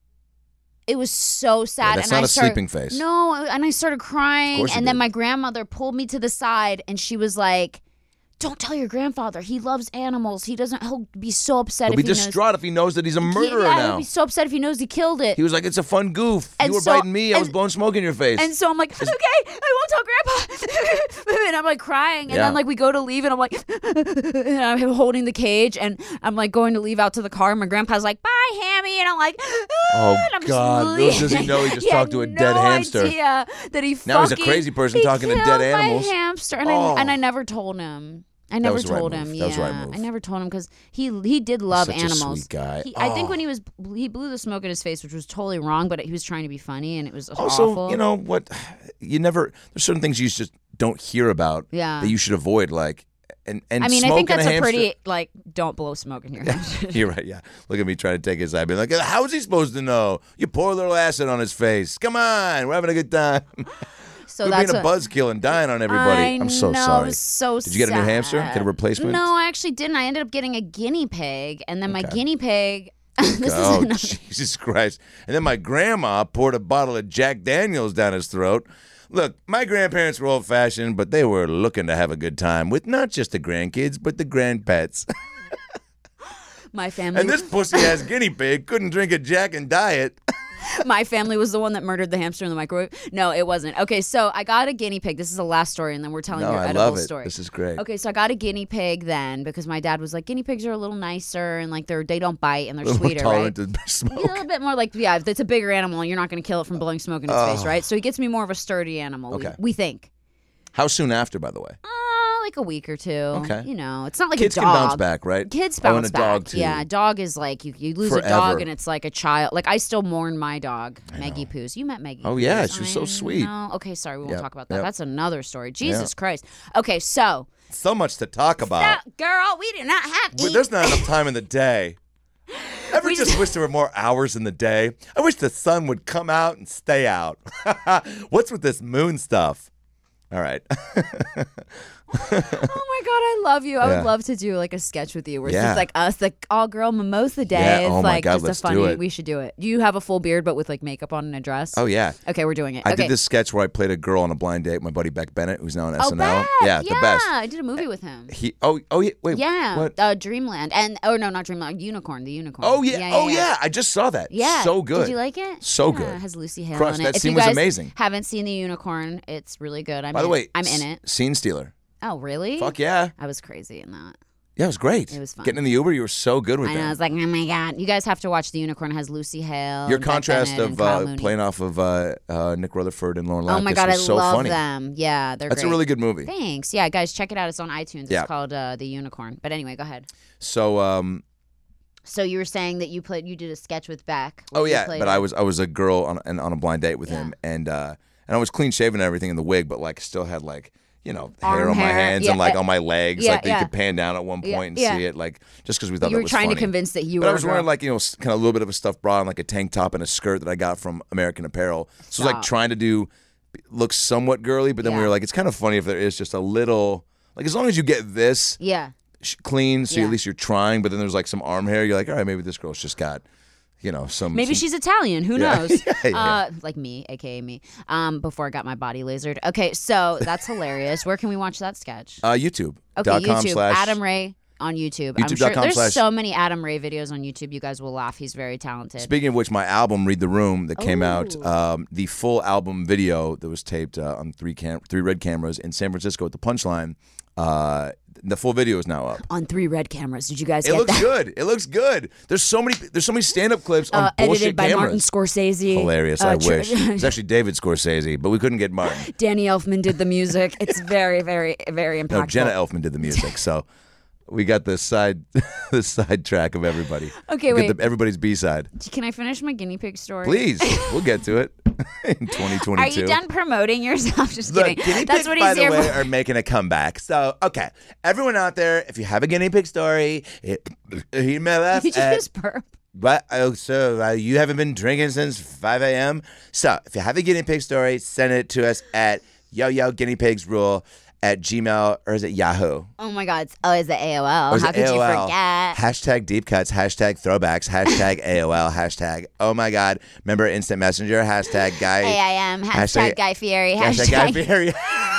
Speaker 1: it was so sad.
Speaker 2: that's
Speaker 1: and
Speaker 2: not
Speaker 1: I
Speaker 2: a
Speaker 1: started,
Speaker 2: sleeping face.
Speaker 1: No, and I started crying.
Speaker 2: course you
Speaker 1: And then
Speaker 2: did.
Speaker 1: my grandmother pulled me to the side, and she was like. Don't tell your grandfather. He loves animals. He doesn't. He'll be so upset
Speaker 2: He'll
Speaker 1: if
Speaker 2: be
Speaker 1: he
Speaker 2: distraught if he knows that he's a
Speaker 1: knows.
Speaker 2: murderer
Speaker 1: yeah,
Speaker 2: now.
Speaker 1: he'll be so upset if he knows he killed it.
Speaker 2: he was like, it's a fun goof.
Speaker 1: And
Speaker 2: you were
Speaker 1: so-
Speaker 2: biting me. I was
Speaker 1: and-
Speaker 2: blowing smoke in your face.
Speaker 1: And so I'm like, okay, I won't tell grandpa. and I'm like crying. And
Speaker 2: Yeah.
Speaker 1: then like we go to leave and I'm like, and I'm holding the cage and I'm like going to leave out to the car. And my grandpa's like, bye, Hammy. And I'm like, "Ah,"
Speaker 2: Oh,
Speaker 1: and I'm
Speaker 2: God.
Speaker 1: Just
Speaker 2: Little does he
Speaker 1: leaving.
Speaker 2: know he just
Speaker 1: had
Speaker 2: talked to a dead
Speaker 1: no
Speaker 2: hamster.
Speaker 1: Idea that he
Speaker 2: Now he's a
Speaker 1: fucking-
Speaker 2: crazy person
Speaker 1: he
Speaker 2: talking to dead
Speaker 1: killed my
Speaker 2: animals.
Speaker 1: hamster. And,
Speaker 2: Oh.
Speaker 1: I, and I never told him. I never
Speaker 2: was the right
Speaker 1: told him.
Speaker 2: move.
Speaker 1: Yeah,
Speaker 2: That was the right move.
Speaker 1: I never told him because he he did love
Speaker 2: such a
Speaker 1: animals.
Speaker 2: sweet guy.
Speaker 1: He, I think
Speaker 2: Oh.
Speaker 1: when he was he blew the smoke in his face, which was totally wrong, but he was trying to be funny, and it was
Speaker 2: Also,
Speaker 1: awful.
Speaker 2: Oh, you know what? You never. There's certain things you just don't hear about.
Speaker 1: Yeah.
Speaker 2: That you should avoid. Like, and and
Speaker 1: I mean, I
Speaker 2: smoke
Speaker 1: think
Speaker 2: in
Speaker 1: that's a,
Speaker 2: hamster-
Speaker 1: pretty like don't blow smoke in your hand.
Speaker 2: You're right. Yeah. Look at me trying to take his eye. Be like, how is he supposed to know? You pour a little acid on his face. Come on, we're having a good time.
Speaker 1: so
Speaker 2: we're
Speaker 1: that's
Speaker 2: being a
Speaker 1: what-
Speaker 2: buzzkill and dying on everybody.
Speaker 1: I
Speaker 2: am so
Speaker 1: know,
Speaker 2: sorry.
Speaker 1: it was so
Speaker 2: Did you get a new hamster? Get a
Speaker 1: sad.
Speaker 2: replacement?
Speaker 1: No, I actually didn't. I ended up getting a guinea pig, and then my guinea pig. this
Speaker 2: oh,
Speaker 1: is another.
Speaker 2: Jesus Christ. And then my grandma poured a bottle of Jack Daniels down his throat. Look, my grandparents were old fashioned, but they were looking to have a good time with not just the grandkids, but the grandpets.
Speaker 1: My family.
Speaker 2: and this pussy ass guinea pig couldn't drink a Jack and die it.
Speaker 1: my family was the one that murdered the hamster in the microwave. No, it wasn't. Okay, so I got a guinea pig. This is the last story, and then we're telling
Speaker 2: No,
Speaker 1: your
Speaker 2: I
Speaker 1: edible
Speaker 2: love it.
Speaker 1: story.
Speaker 2: This is great.
Speaker 1: Okay, so I got a guinea pig then because my dad was like, guinea pigs are a little nicer and like they're they don't bite and they're
Speaker 2: A little more
Speaker 1: sweeter, right?
Speaker 2: tolerant to smoke.
Speaker 1: Yeah, a little bit more like yeah, if it's a bigger animal, you're not going to kill it from blowing smoke in its face, right? So he gets me more of a sturdy animal.
Speaker 2: Oh. Okay.
Speaker 1: We, we think.
Speaker 2: How soon after, by the way?
Speaker 1: Uh, like a week or two.
Speaker 2: Okay.
Speaker 1: You know, it's not like
Speaker 2: Kids
Speaker 1: a
Speaker 2: can
Speaker 1: dog.
Speaker 2: bounce back, right?
Speaker 1: Kids
Speaker 2: I
Speaker 1: bounce
Speaker 2: want a
Speaker 1: back.
Speaker 2: dog too.
Speaker 1: Yeah, dog is like you, you lose a
Speaker 2: Forever.
Speaker 1: dog and it's like a child. Like I still mourn my dog, Maggie Poos. You met Maggie.
Speaker 2: Oh, yeah,
Speaker 1: Poos.
Speaker 2: she was so
Speaker 1: I
Speaker 2: sweet.
Speaker 1: know. Okay, sorry, we won't
Speaker 2: Yep,
Speaker 1: talk about that.
Speaker 2: yep.
Speaker 1: That's another story. Jesus Christ. Okay, so
Speaker 2: So much to talk about.
Speaker 1: that girl, we do not have.
Speaker 2: Uh, But
Speaker 1: eat-
Speaker 2: there's not enough time in the day. Ever just wish there were more hours in the day? I wish the sun would come out and stay out. What's with this moon stuff? All right.
Speaker 1: oh my god, I love you. I
Speaker 2: Yeah.
Speaker 1: would love to do like a sketch with you where it's
Speaker 2: Yeah.
Speaker 1: just like us, like all girl mimosa day.
Speaker 2: Yeah,
Speaker 1: It's
Speaker 2: oh my
Speaker 1: like
Speaker 2: God,
Speaker 1: just
Speaker 2: let's
Speaker 1: a
Speaker 2: do
Speaker 1: funny.
Speaker 2: it.
Speaker 1: We should do it. You have a full beard, but with like makeup on and a dress.
Speaker 2: oh yeah.
Speaker 1: Okay, we're doing it.
Speaker 2: I
Speaker 1: okay.
Speaker 2: did this sketch where I played a girl on a blind date with my buddy Beck Bennett, who's now on
Speaker 1: Oh,
Speaker 2: SNL.
Speaker 1: Beck,
Speaker 2: Yeah, the best.
Speaker 1: I did a movie with him.
Speaker 2: He oh oh yeah wait
Speaker 1: Yeah,
Speaker 2: what?
Speaker 1: Uh, Dreamland and oh no, not Dreamland, Unicorn, the Unicorn.
Speaker 2: oh yeah, oh yeah. I just saw that.
Speaker 1: Yeah,
Speaker 2: so good.
Speaker 1: Did you like it?
Speaker 2: So
Speaker 1: Yeah,
Speaker 2: good.
Speaker 1: It has Lucy Hale
Speaker 2: Crush,
Speaker 1: in it.
Speaker 2: that
Speaker 1: if
Speaker 2: scene
Speaker 1: you
Speaker 2: was
Speaker 1: guys
Speaker 2: amazing.
Speaker 1: Haven't seen the Unicorn? It's really good. I'm
Speaker 2: By
Speaker 1: in
Speaker 2: the way,
Speaker 1: I'm
Speaker 2: s-
Speaker 1: in it.
Speaker 2: Scene stealer.
Speaker 1: Oh really?
Speaker 2: Fuck yeah.
Speaker 1: I was crazy in that.
Speaker 2: Yeah, it was great.
Speaker 1: It was fun.
Speaker 2: Getting in the Uber, you were so good with
Speaker 1: I
Speaker 2: that.
Speaker 1: know. I was like, oh my god, you guys have to watch The Unicorn. It has Lucy Hale.
Speaker 2: Your
Speaker 1: and Bette
Speaker 2: contrast
Speaker 1: Bennett and
Speaker 2: of
Speaker 1: Kyle
Speaker 2: uh,
Speaker 1: Mooney.
Speaker 2: playing off of uh, uh, Nick Rutherford and Lauren Lapkus
Speaker 1: Oh my god, I
Speaker 2: was so
Speaker 1: love
Speaker 2: funny.
Speaker 1: them. Yeah, they're
Speaker 2: That's
Speaker 1: great.
Speaker 2: a really good movie.
Speaker 1: Thanks. Yeah, guys, check it out. It's on iTunes.
Speaker 2: Yeah.
Speaker 1: It's called uh, The Unicorn. But anyway, go ahead.
Speaker 2: So, um,
Speaker 1: So you were saying that you played, you did a sketch with Beck. where
Speaker 2: oh
Speaker 1: you
Speaker 2: yeah,
Speaker 1: played
Speaker 2: but
Speaker 1: a-
Speaker 2: I was I was a girl on and on a blind date with him, and uh, and I was clean shaven and everything in the wig, but like still had like you know hair
Speaker 1: Arm
Speaker 2: on my
Speaker 1: hair.
Speaker 2: hands
Speaker 1: Yeah,
Speaker 2: and like
Speaker 1: uh,
Speaker 2: on my legs,
Speaker 1: yeah,
Speaker 2: like that
Speaker 1: yeah.
Speaker 2: you could pan down at one
Speaker 1: Yeah,
Speaker 2: point and
Speaker 1: yeah.
Speaker 2: see it, like just because we thought
Speaker 1: you
Speaker 2: that
Speaker 1: were
Speaker 2: was
Speaker 1: trying
Speaker 2: funny.
Speaker 1: to convince that you
Speaker 2: but
Speaker 1: were.
Speaker 2: I was
Speaker 1: a girl.
Speaker 2: wearing like you know s- kind of a little bit of a stuffed bra and like a tank top and a skirt that I got from American Apparel. So it was
Speaker 1: Stop.
Speaker 2: like trying to do look somewhat girly, but then we
Speaker 1: Yeah.
Speaker 2: were like, it's kind of funny if there is just a little like as long as you get this
Speaker 1: yeah.
Speaker 2: sh- clean, so
Speaker 1: Yeah.
Speaker 2: at least you're trying. But then there's like some arm hair. You're like, all right, maybe this girl's just got, you know, some.
Speaker 1: Maybe
Speaker 2: some-
Speaker 1: she's Italian. Who
Speaker 2: Yeah.
Speaker 1: knows?
Speaker 2: Yeah, yeah.
Speaker 1: Uh, like me, aka me. Um, before I got my body lasered. Okay, so that's hilarious. Where can we watch that sketch?
Speaker 2: uh, YouTube.
Speaker 1: Okay,
Speaker 2: dot com
Speaker 1: YouTube.
Speaker 2: slash-
Speaker 1: Adam Ray on YouTube. I'm sure
Speaker 2: YouTube.com
Speaker 1: there's
Speaker 2: slash-
Speaker 1: so many Adam Ray videos on YouTube. You guys will laugh. He's very talented.
Speaker 2: Speaking of which, my album "Read the Room" that came out,
Speaker 1: Ooh.
Speaker 2: um, the full album video that was taped uh, on three cam- three red cameras in San Francisco at the Punchline. Uh, the full video is now up.
Speaker 1: on three red cameras. Did you guys
Speaker 2: It
Speaker 1: get
Speaker 2: looks
Speaker 1: that?
Speaker 2: good. It looks good. There's so many. There's so many stand-up clips on
Speaker 1: Uh,
Speaker 2: bullshit
Speaker 1: edited by
Speaker 2: cameras.
Speaker 1: Martin Scorsese.
Speaker 2: Hilarious.
Speaker 1: Uh,
Speaker 2: I
Speaker 1: Tr-
Speaker 2: wish it's actually David Scorsese, but we couldn't get Martin.
Speaker 1: Danny Elfman did the music. It's very, very, very impactful.
Speaker 2: No, Jenna Elfman did the music, so we got the side the side track of everybody.
Speaker 1: Okay,
Speaker 2: We got
Speaker 1: wait.
Speaker 2: the- everybody's B side.
Speaker 1: Can I finish my guinea pig story?
Speaker 2: Please, we'll get to it in 2022.
Speaker 1: Are you done promoting yourself? Just
Speaker 2: Look,
Speaker 1: kidding.
Speaker 2: guinea
Speaker 1: That's
Speaker 2: pigs,
Speaker 1: what
Speaker 2: by
Speaker 1: he's
Speaker 2: the
Speaker 1: here
Speaker 2: way,
Speaker 1: for.
Speaker 2: are making a comeback. So, okay, everyone out there, if you have a guinea pig story, it, email us
Speaker 1: Did you
Speaker 2: at
Speaker 1: just burp?
Speaker 2: But oh, so uh, you haven't been drinking since 5 a.m. So if you have a guinea pig story, send it to us at yo yo guinea pigs rule at gmail or is it yahoo?
Speaker 1: Oh my God! It's, oh, is it AOL?
Speaker 2: Or is
Speaker 1: How
Speaker 2: it
Speaker 1: could you
Speaker 2: AOL?
Speaker 1: forget?
Speaker 2: Hashtag deep cuts, hashtag throwbacks, hashtag AOL, hashtag oh my god. Remember instant messenger, hashtag guy.
Speaker 1: AIM. Hashtag
Speaker 2: Hashtag-
Speaker 1: Guy Fieri.
Speaker 2: Hashtag Guy
Speaker 1: Hashtag.
Speaker 2: Fieri.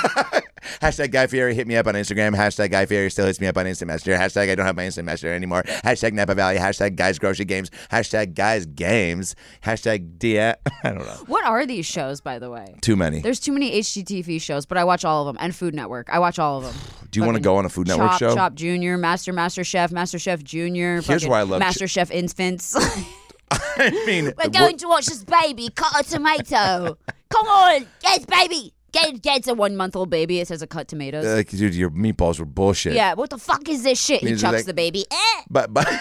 Speaker 2: hashtag Guy Fieri hit me up on Instagram. Hashtag Guy Fieri still hits me up on Instant Messenger. Hashtag I don't have my Instant Messenger anymore. Hashtag Napa Valley. Hashtag Guys Grocery Games. Hashtag Guys Games. Hashtag Dia. I don't know.
Speaker 1: What are these shows, by the way?
Speaker 2: Too many.
Speaker 1: There's too many HGTV shows, but I watch all of them and Food Network. I watch all of them.
Speaker 2: Do you want to
Speaker 1: fucking
Speaker 2: go on a Food Network
Speaker 1: Chop,
Speaker 2: show?
Speaker 1: Chop Junior, Master, Master Chef, Master Chef Junior.
Speaker 2: Here's why I love
Speaker 1: Master Chef Infants.
Speaker 2: I mean,
Speaker 1: We're
Speaker 2: what-
Speaker 1: going to watch this baby cut a tomato. Come on, yes, baby. Get, get a one month old baby. It says a cut tomatoes.
Speaker 2: Like, dude, your meatballs were bullshit.
Speaker 1: yeah, what the fuck is this shit? He
Speaker 2: He's
Speaker 1: chucks
Speaker 2: like-
Speaker 1: the baby. Eh!
Speaker 2: But but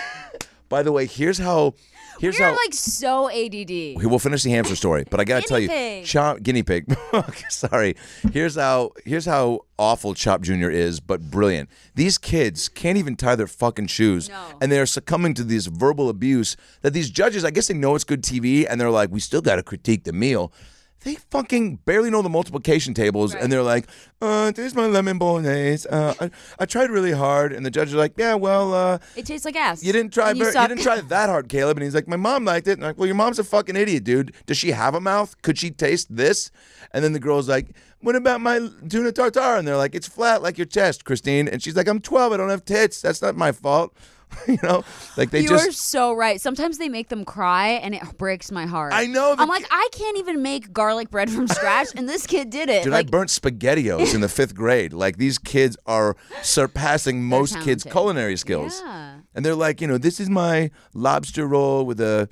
Speaker 2: by the way, here's how here's
Speaker 1: We're
Speaker 2: how
Speaker 1: like so ADD.
Speaker 2: we will finish the hamster story, but I gotta tell you,
Speaker 1: Guinea pig.
Speaker 2: Chop guinea pig. Sorry. Here's how here's how awful Chop Jr. is, but brilliant. These kids can't even tie their fucking shoes,
Speaker 1: No.
Speaker 2: and they are succumbing to this verbal abuse that these judges. I guess they know it's good TV, and they're like, we still gotta critique the meal. They fucking barely know the multiplication tables, and they're like, uh, "There's my lemon bolognese. Uh, I, I tried really hard," and the judge is like, "Yeah, well, uh,
Speaker 1: It tastes like ass.
Speaker 2: you didn't try.
Speaker 1: And
Speaker 2: You,
Speaker 1: you
Speaker 2: you
Speaker 1: suck.
Speaker 2: didn't try that hard, Caleb. And he's like, my mom liked it. And I'm like, well, your mom's a fucking idiot, dude. Does she have a mouth? Could she taste this? And then the girl's like, what about my tuna tartare? And they're like, it's flat like your chest, Christine. And she's like, I'm 12. I don't have tits. That's not my fault. you know, like they
Speaker 1: you are
Speaker 2: just.
Speaker 1: so right. Sometimes they make them cry, and it breaks my heart.
Speaker 2: I know, the
Speaker 1: I'm like, I can't even make garlic bread from scratch, and this kid did it.
Speaker 2: Dude,
Speaker 1: like,
Speaker 2: I burnt spaghettios in the fifth grade. Like these kids are surpassing most kids'
Speaker 1: talented.
Speaker 2: culinary skills.
Speaker 1: Yeah.
Speaker 2: And they're like, you know, this is my lobster roll with a,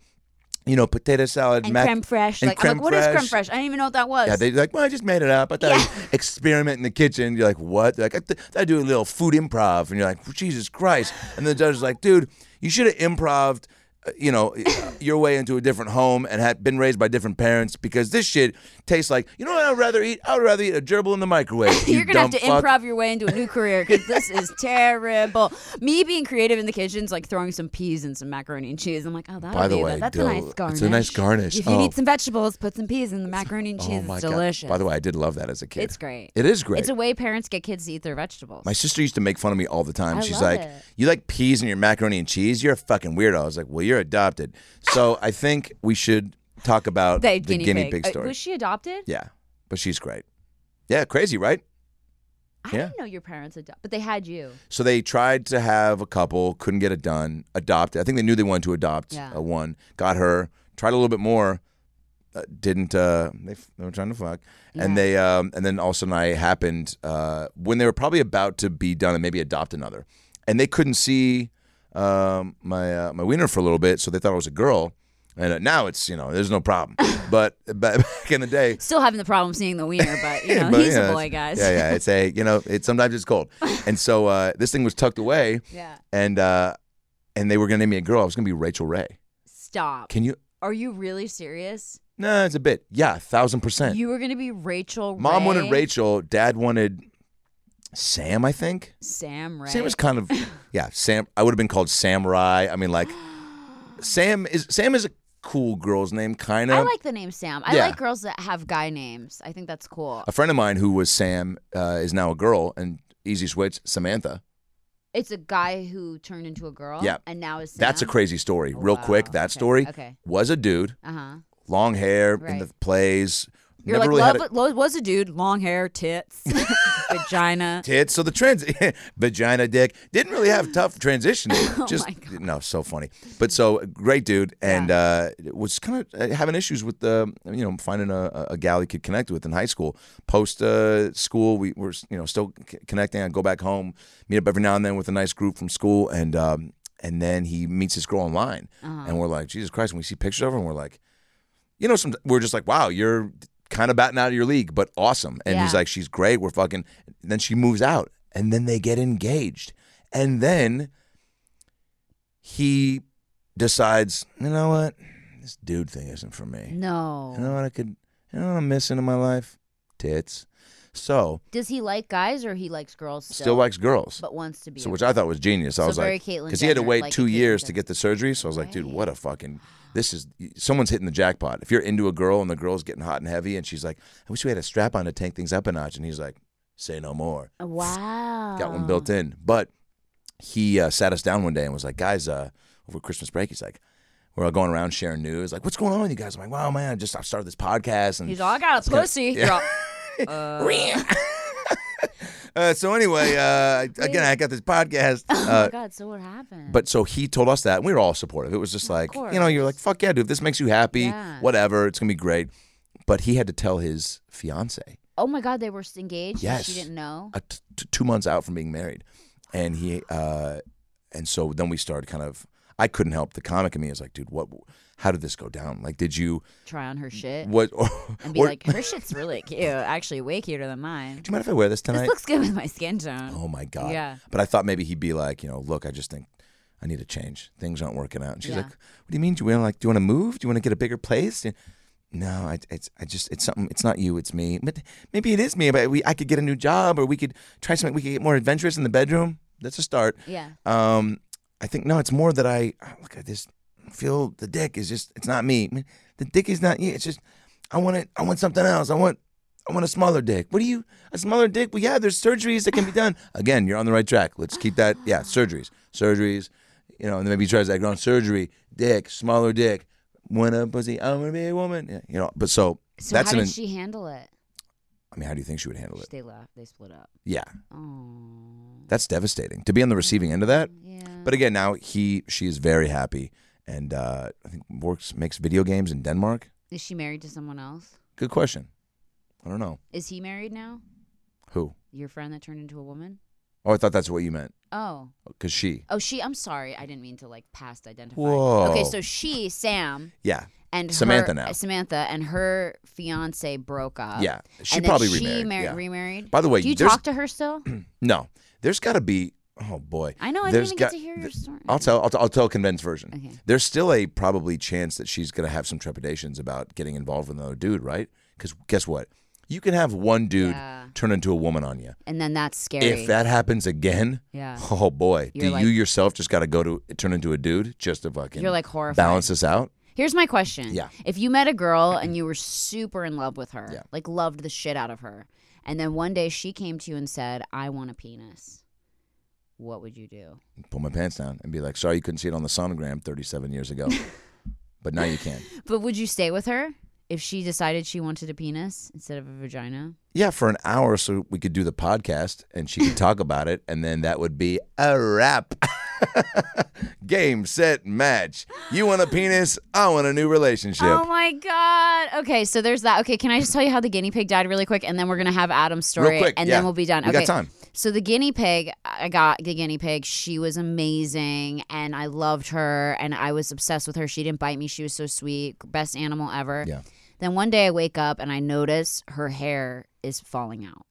Speaker 2: you know, potato salad
Speaker 1: and
Speaker 2: mac-
Speaker 1: creme fraiche.
Speaker 2: and
Speaker 1: Like, I'm like, what is creme
Speaker 2: fraiche.
Speaker 1: fraiche? I didn't even know what that was.
Speaker 2: Yeah, they're like, well, I just made it up. I thought I'd experiment in the kitchen. You're like, what? They're like, I, th- I do a little food improv. And you're like, Jesus Christ. And the judge is like, dude, you should have improved, uh, you know, your way into a different home and had been raised by different parents because this shit tastes like, you know what I'd rather eat? I'd rather eat a gerbil in the microwave.
Speaker 1: You're
Speaker 2: you
Speaker 1: gonna have to
Speaker 2: dumb fuck.
Speaker 1: improv your way into a new career because this is terrible. Me being creative in the kitchen is like throwing some peas and some macaroni and cheese. I'm like, oh, that'll
Speaker 2: By the
Speaker 1: be-
Speaker 2: way,
Speaker 1: that's
Speaker 2: Dill,
Speaker 1: a nice garnish.
Speaker 2: it's a nice garnish.
Speaker 1: If you
Speaker 2: Oh.
Speaker 1: need some vegetables, put some peas in the macaroni and cheese.
Speaker 2: Oh my
Speaker 1: it's
Speaker 2: God.
Speaker 1: delicious.
Speaker 2: By the way, I did love that as a kid.
Speaker 1: It's great.
Speaker 2: It is great.
Speaker 1: it's a way parents get kids to eat their vegetables.
Speaker 2: My sister used to make fun of me all the time.
Speaker 1: I
Speaker 2: She's
Speaker 1: love
Speaker 2: like,
Speaker 1: it.
Speaker 2: "You like peas in your macaroni and cheese? You're a fucking weirdo." I was like, "Well, you're adopted." So I think we should talk about
Speaker 1: the,
Speaker 2: the
Speaker 1: guinea, pig, Uh,
Speaker 2: story.
Speaker 1: was she adopted?
Speaker 2: yeah, but she's great. Yeah, crazy, right?
Speaker 1: I
Speaker 2: Yeah.
Speaker 1: didn't know your parents adopted, but they had you.
Speaker 2: So they tried to have a couple, couldn't get it done. Adopted. I think they knew they wanted to adopt
Speaker 1: Yeah.
Speaker 2: a one. Got her. Tried a little bit more. Uh, didn't. Uh, they, f- they were trying to fuck, and they. Um, and then all of a sudden, I happened uh, when they were probably about to be done and maybe adopt another, and they couldn't see um, my uh, my wiener for a little bit, so they thought it was a girl. And uh, now it's you know there's no problem, but, but back in the day,
Speaker 1: Still having the problem seeing the wiener, but you know
Speaker 2: but,
Speaker 1: he's
Speaker 2: you know,
Speaker 1: a boy,
Speaker 2: it's-
Speaker 1: guys.
Speaker 2: Yeah, yeah. It's a you know. It's sometimes it's cold, and so uh, this thing was tucked away,
Speaker 1: Yeah.
Speaker 2: and uh, and they were gonna name me a girl. I was gonna be Rachel Ray.
Speaker 1: Stop.
Speaker 2: Can you?
Speaker 1: Are you really serious?
Speaker 2: No, it's a bit. Yeah, a thousand percent.
Speaker 1: You were gonna be Rachel.
Speaker 2: Mom wanted
Speaker 1: Ray?
Speaker 2: Rachel. Dad wanted Sam. I think
Speaker 1: Sam Ray.
Speaker 2: Sam is kind of yeah. Sam. I would have been called Samurai. I mean, like Sam is Sam is a cool girl's name, kind of.
Speaker 1: I like the name Sam. I
Speaker 2: Yeah.
Speaker 1: like girls that have guy names. I think that's cool.
Speaker 2: a friend of mine who was Sam uh, is now a girl, and easy switch Samantha.
Speaker 1: It's a guy who turned into a girl.
Speaker 2: Yeah.
Speaker 1: And now is Sam.
Speaker 2: That's a crazy story.
Speaker 1: Oh,
Speaker 2: Real
Speaker 1: wow.
Speaker 2: quick, that
Speaker 1: Okay,
Speaker 2: story
Speaker 1: okay.
Speaker 2: was a dude,
Speaker 1: Uh huh.
Speaker 2: long hair in
Speaker 1: Right.
Speaker 2: the plays.
Speaker 1: You're like
Speaker 2: never really
Speaker 1: love,
Speaker 2: had
Speaker 1: love was a dude, long hair, tits, vagina.
Speaker 2: a tits. So the trans vagina dick didn't really have tough transition. Just
Speaker 1: Oh my God.
Speaker 2: no, so funny. But so great dude, and uh, was kind of uh, having issues with the you know finding a, a gal he could connect with in high school. Post uh, school, we were you know still c- connecting. I go back home, meet up every now and then with a nice group from school, and um, and then he meets this girl online,
Speaker 1: Uh-huh.
Speaker 2: and we're like Jesus Christ. And we see pictures of her, and we're like. you know, some we're just like, wow, you're kind of batting out of your league, but awesome. And he's
Speaker 1: Yeah.
Speaker 2: like, she's great. We're fucking. And then she moves out, and then they get engaged, and then he decides, you know what, this dude thing isn't for me. You
Speaker 1: No.
Speaker 2: know what I could, you know what I'm missing in my life, tits. So
Speaker 1: Does he like guys or he likes girls still?
Speaker 2: still, likes girls.
Speaker 1: but wants to be.
Speaker 2: So
Speaker 1: a
Speaker 2: which
Speaker 1: girl.
Speaker 2: I thought was genius. I
Speaker 1: So
Speaker 2: was
Speaker 1: very
Speaker 2: like,
Speaker 1: Caitlyn
Speaker 2: he had
Speaker 1: Jenner,
Speaker 2: to wait
Speaker 1: like,
Speaker 2: two
Speaker 1: it gives
Speaker 2: years
Speaker 1: you
Speaker 2: to
Speaker 1: the-
Speaker 2: get the surgery. So I was like, dude,
Speaker 1: Right.
Speaker 2: what a fucking this is someone's hitting the jackpot. If you're into a girl and the girl's getting hot and heavy, and she's like, I wish we had a strap on to tank things up a notch, and he's like, say no more.
Speaker 1: Wow. Oh
Speaker 2: Got one built in, but he uh, sat us down one day and was like, guys, uh, over Christmas break, he's like. We're all going around sharing news. Like, what's going on with you guys? I'm like, wow, man, I just I started this podcast. And
Speaker 1: He's all, I got a
Speaker 2: kinda-
Speaker 1: pussy.
Speaker 2: yeah.
Speaker 1: You're all, uh,
Speaker 2: uh, so anyway, uh, again, I got this podcast.
Speaker 1: oh
Speaker 2: Uh,
Speaker 1: my God. So what happened?
Speaker 2: But so he told us that, and we were all supportive. It was just like, you know, you're like, fuck yeah, dude, if this makes you happy,
Speaker 1: Yeah.
Speaker 2: whatever, it's gonna be great. But he had to tell his fiance,
Speaker 1: oh my God, they were engaged. and
Speaker 2: Yes.
Speaker 1: She didn't know.
Speaker 2: uh, t- t- two months out from being married, and he, uh, and so then we started kind of. I couldn't help the comic in me. is like, dude, what? How did this go down? Like, did you
Speaker 1: Try on her shit
Speaker 2: what? Or,
Speaker 1: and be
Speaker 2: or-
Speaker 1: like, her shit's really cute. Actually, way cuter than mine.
Speaker 2: do you mind if I wear this tonight?
Speaker 1: This looks good with my skin tone.
Speaker 2: oh my god.
Speaker 1: Yeah.
Speaker 2: But I thought maybe he'd be like, you know, look, I just think I need a change. Things aren't working out. And she's
Speaker 1: Yeah.
Speaker 2: like, what do you mean? Do you want like? Do you want to move? Do you want to get a bigger place? And- no, I, it's I just it's something. It's not you. It's me. But maybe it is me. But we I could get a new job, or we could try something. We could get more adventurous in the bedroom. That's a start.
Speaker 1: Yeah.
Speaker 2: Um, I think no, it's more that I oh, look. I just feel the dick is just. It's not me. I mean, the dick is not you. It's just I want it. I want something else. I want. I want a smaller dick. What do you? A smaller dick? Well, yeah, there's surgeries that can be done. Again, you're on the right track. Let's keep that. Yeah, surgeries, surgeries. You know, and then maybe he tries that on surgery, dick, smaller dick. Want a pussy? I want to be a woman. Yeah, you know, but so,
Speaker 1: So
Speaker 2: that's
Speaker 1: how
Speaker 2: an.
Speaker 1: did she handle it?
Speaker 2: I mean, how do you think she would handle it?
Speaker 1: They left. They split up.
Speaker 2: Yeah,
Speaker 1: Oh.
Speaker 2: that's devastating to be on the receiving end of that.
Speaker 1: Yeah.
Speaker 2: But again, now he she is very happy, and uh, I think works makes video games in Denmark.
Speaker 1: is she married to someone else?
Speaker 2: Good question. I don't know
Speaker 1: Is he married now?
Speaker 2: who.
Speaker 1: Your friend that turned into a woman?
Speaker 2: Oh, I thought that's what you meant
Speaker 1: Oh.
Speaker 2: because she.
Speaker 1: Oh, she. I'm sorry. I didn't mean to like past identify.
Speaker 2: Whoa.
Speaker 1: Okay, so she, Sam,
Speaker 2: Yeah,
Speaker 1: and her-
Speaker 2: Samantha now.
Speaker 1: Samantha and her fiance broke up.
Speaker 2: yeah. She
Speaker 1: and then
Speaker 2: probably
Speaker 1: she
Speaker 2: remarried.
Speaker 1: mar-
Speaker 2: yeah.
Speaker 1: remarried.
Speaker 2: By the way,
Speaker 1: do you
Speaker 2: there's-
Speaker 1: talk to her still?
Speaker 2: no, there's got to be. Oh boy,
Speaker 1: I know. I didn't
Speaker 2: There's
Speaker 1: even
Speaker 2: got-
Speaker 1: get to hear your
Speaker 2: th-
Speaker 1: story.
Speaker 2: I'll tell. I'll, t- I'll tell a condensed version.
Speaker 1: Okay.
Speaker 2: There's still a probably chance that she's gonna have some trepidations about getting involved with another dude, right? Because guess what, you can have one dude
Speaker 1: Yeah.
Speaker 2: turn into a woman on you.
Speaker 1: And then that's scary.
Speaker 2: If that happens again,
Speaker 1: yeah.
Speaker 2: Oh boy,
Speaker 1: You're
Speaker 2: do
Speaker 1: like-
Speaker 2: you yourself just got to go to turn into a dude just to fucking
Speaker 1: You're like horrified.
Speaker 2: balance this out?
Speaker 1: Here's my question.
Speaker 2: Yeah.
Speaker 1: If you met a girl and you were super in love with her,
Speaker 2: Yeah.
Speaker 1: like loved the shit out of her, and then one day she came to you and said, I want a penis, what would you do?
Speaker 2: Pull my pants down and be like, sorry you couldn't see it on the sonogram 37 years ago, but now you can.
Speaker 1: But would you stay with her if she decided she wanted a penis instead of a vagina?
Speaker 2: Yeah, for an hour so we could do the podcast and she could talk about it, and then that would be a wrap. Game, set, match. You want a penis? I want a new relationship.
Speaker 1: Oh my God. Okay, so there's that. Okay, can I just tell you how the guinea pig died really quick? And then we're going to have Adam's story.
Speaker 2: Real quick,
Speaker 1: and
Speaker 2: yeah.
Speaker 1: then we'll be done.
Speaker 2: We got
Speaker 1: okay.
Speaker 2: time.
Speaker 1: So the guinea pig, I got the guinea pig. She was amazing and I loved her and I was obsessed with her. She didn't bite me. She was so sweet. Best animal ever.
Speaker 2: Yeah.
Speaker 1: Then one day I wake up and I notice her hair is falling out.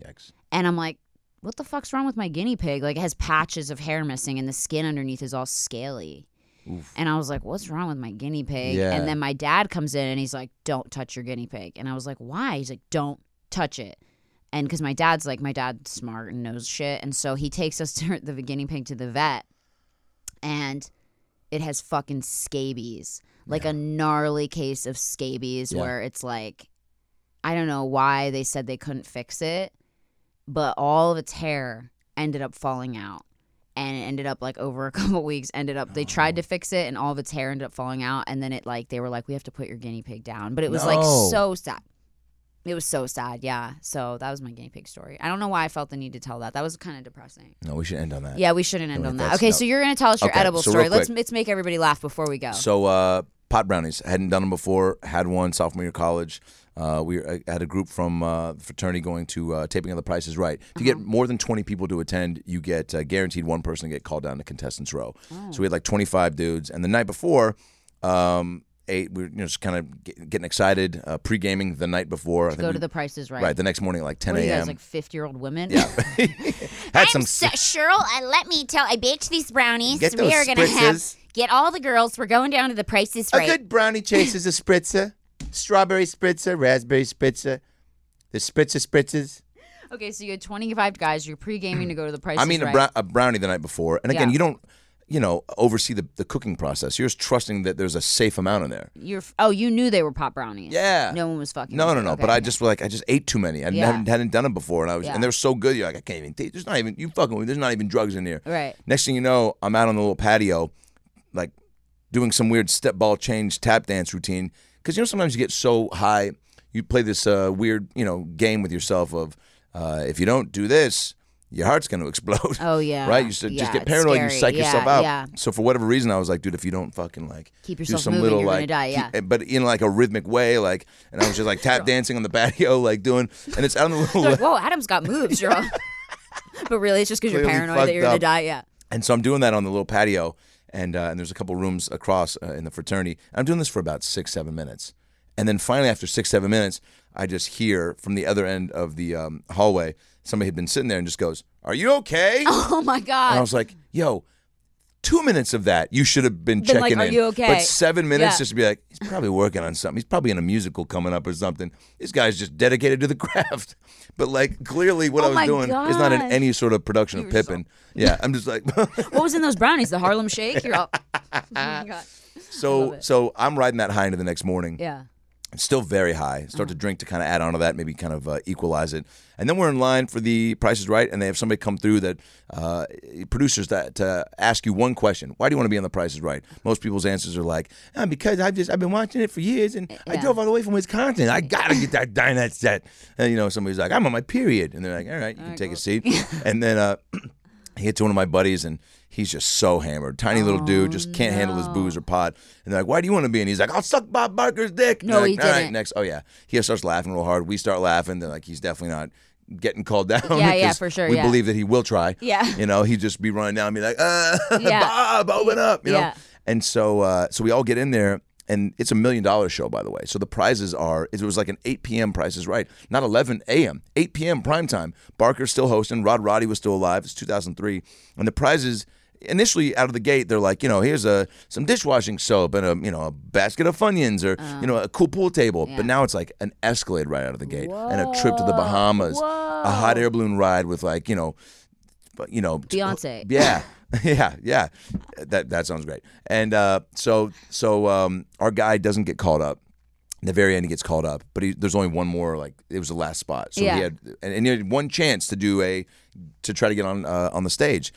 Speaker 2: Yikes.
Speaker 1: And I'm like, what the fuck's wrong with my guinea pig? Like, it has patches of hair missing and the skin underneath is all scaly. And I was like, what's wrong with my guinea pig?
Speaker 2: Yeah.
Speaker 1: And then my dad comes in and he's like, don't touch your guinea pig. And I was like, why? He's like, don't touch it. And because my dad's like, my dad's smart and knows shit. And so he takes us to the guinea pig to the vet and it has fucking scabies, like a gnarly case of scabies
Speaker 2: Yeah.
Speaker 1: where it's like, I don't know why they said they couldn't fix it, but all of its hair ended up falling out. And it ended up like over a couple weeks, ended up, they tried
Speaker 2: Oh.
Speaker 1: to fix it and all of its hair ended up falling out. And then it like, they were like, we have to put your guinea pig down. But it was like
Speaker 2: No.
Speaker 1: so sad. It was so sad. Yeah. So that was my guinea pig story. I don't know why I felt the need to tell that. That was kind of depressing.
Speaker 2: No, we should end on that.
Speaker 1: Yeah, we shouldn't end
Speaker 2: No,
Speaker 1: on that.
Speaker 2: that's-
Speaker 1: Okay,
Speaker 2: no.
Speaker 1: so you're gonna tell us your
Speaker 2: Okay,
Speaker 1: edible
Speaker 2: so real
Speaker 1: story. Let's
Speaker 2: quick.
Speaker 1: let's make everybody laugh before we go.
Speaker 2: So uh, pot brownies hadn't done them before. Had one sophomore year of college. Uh, we were- I had a group from uh, the fraternity going to uh, taping of The Price is Right. If you
Speaker 1: Uh-huh.
Speaker 2: get more than 20 people to attend, you get uh, guaranteed one person to get called down to contestants row.
Speaker 1: Oh.
Speaker 2: So we had like 25 dudes, and the night before. Um, Eight, we were you know, just kind of get, getting excited, uh, pre gaming the night before. I think
Speaker 1: go
Speaker 2: we-
Speaker 1: to the prices right.
Speaker 2: right. the next morning at like 10
Speaker 1: What are you
Speaker 2: a.m.
Speaker 1: guys like fifty year old women?
Speaker 2: Had some
Speaker 6: So, Cheryl, uh, let me tell. I baked these brownies.
Speaker 2: Get
Speaker 6: we
Speaker 2: those
Speaker 6: are gonna
Speaker 2: spritzes.
Speaker 6: have get all the girls. We're going down to the prices right.
Speaker 2: A good brownie chase is a spritzer, strawberry spritzer, raspberry spritzer, the spritzer spritzers.
Speaker 1: okay, so you had twenty five guys. You're pre gaming to go to the prices.
Speaker 2: I mean,
Speaker 1: right.
Speaker 2: a, brown, a brownie the night before, and again,
Speaker 1: Yeah.
Speaker 2: you don't, you know, oversee the, the cooking process. You're just trusting that there's a safe amount in there.
Speaker 1: You're f- oh, you knew they were pop brownies.
Speaker 2: Yeah.
Speaker 1: No one was fucking.
Speaker 2: No,
Speaker 1: with
Speaker 2: no,
Speaker 1: you.
Speaker 2: no.
Speaker 1: Okay,
Speaker 2: But I
Speaker 1: okay.
Speaker 2: just was like, I just ate too many. I
Speaker 1: Yeah.
Speaker 2: hadn't, hadn't done them before, and I was,
Speaker 1: Yeah.
Speaker 2: and they were so good. You're like, I can't even. Taste, there's not even. You fucking. There's not even drugs in here.
Speaker 1: Right.
Speaker 2: Next thing you know, I'm out on the little patio, like doing some weird step ball change tap dance routine. Because you know sometimes you get so high, you play this uh, weird you know game with yourself of uh, if you don't do this, your heart's going to explode.
Speaker 1: Oh, yeah.
Speaker 2: right. You s- just
Speaker 1: Yeah,
Speaker 2: get
Speaker 1: it's
Speaker 2: paranoid. You
Speaker 1: scary.
Speaker 2: psych yourself
Speaker 1: Yeah,
Speaker 2: out.
Speaker 1: yeah.
Speaker 2: So for whatever reason, I was like, dude, if you don't fucking like
Speaker 1: Keep
Speaker 2: do
Speaker 1: yourself
Speaker 2: some
Speaker 1: moving,
Speaker 2: little
Speaker 1: you're gonna
Speaker 2: like,
Speaker 1: die, yeah.
Speaker 2: keep- eh, but in like a rhythmic way, like, and I was just like tap dancing on the patio, like doing, and it's out on the little.
Speaker 1: They're like, whoa, Adam's got moves, Cheryl. but really, it's just because you're
Speaker 2: Clearly
Speaker 1: paranoid that
Speaker 2: fucked
Speaker 1: you're gonna
Speaker 2: up.
Speaker 1: die. Yeah.
Speaker 2: And so I'm doing that on the little patio, and uh, and there's a couple rooms across uh, in the fraternity. I'm doing this for about six seven minutes, and then finally after six seven minutes, I just hear from the other end of the um, hallway somebody had been sitting there and just goes, "Are you okay?"
Speaker 1: Oh my
Speaker 2: And I
Speaker 1: god.
Speaker 2: was like, yo, two minutes of that, you should have been,
Speaker 1: Been like,
Speaker 2: checking
Speaker 1: "Are
Speaker 2: in.
Speaker 1: you okay?"
Speaker 2: But seven minutes
Speaker 1: Yeah.
Speaker 2: just to be like, he's probably working on something. He's probably in a musical coming up or something. This guy's just dedicated to the craft. But like, clearly, what
Speaker 1: Oh
Speaker 2: I was
Speaker 1: my
Speaker 2: doing is not in
Speaker 1: gosh.
Speaker 2: any sort of production of Pippin. Yeah, I'm just like,
Speaker 1: What was in those brownies? The Harlem Shake? You're all. Oh my God.
Speaker 2: so so I'm riding that high into the next morning.
Speaker 1: Yeah.
Speaker 2: It's still very high. Start to drink to kind of add on to that, maybe kind of uh, equalize it. And then we're in line for the Price is Right, and they have somebody come through that uh, producers that to ask you one question: Why do you want to be on the Price is Right? Most people's answers are like, "Ah, "Because I've just I've been watching it for years, and I drove all the way from Wisconsin. I gotta get that dinette set." And you know, somebody's like, "I'm on my period," and they're like, "All right, you can take a seat." and then. Uh, he hits one of my buddies and he's just so hammered. Tiny little dude,
Speaker 1: Oh,
Speaker 2: just can't handle his booze or pot. And they're like, why do you want to be? in?" he's like, I'll suck Bob Barker's dick.
Speaker 1: No,
Speaker 2: They're like,
Speaker 1: he
Speaker 2: "All right,
Speaker 1: didn't."
Speaker 2: next. Oh, yeah. He starts laughing real hard. We start laughing. They're like, he's definitely not getting called down.
Speaker 1: Yeah, yeah,
Speaker 2: 'cause
Speaker 1: for sure,
Speaker 2: We
Speaker 1: yeah.
Speaker 2: believe that he will try.
Speaker 1: Yeah.
Speaker 2: You know, he'd just be running down and be like, uh,
Speaker 1: Yeah.
Speaker 2: Bob, open up, you know?
Speaker 1: Yeah.
Speaker 2: And so, uh, so we all get in there, and it's a million dollar show, by the way. So the prizes are it was like an 8 p.m. Price is Right, not 11 a.m. 8 p.m. prime time. Barker's still hosting. Rod Roddy was still alive. It's 2003, and the prizes. Initially, out of the gate, they're like, you know, here's a some dishwashing soap and a you know a basket of funyuns or you know a cool pool table. But now it's like an Escalade right out of the gate and a trip to the Bahamas, a hot air balloon ride with like you know, but, you know, t- uh,
Speaker 1: Beyonce.
Speaker 2: yeah, yeah, yeah. That that sounds great. And uh, so so um, our guy doesn't get called up. In the very end, he gets called up, but he, there's only one more. Like it was the last spot, so
Speaker 1: Yeah.
Speaker 2: he had and, and he had one chance to do a to try to get on uh, on the stage.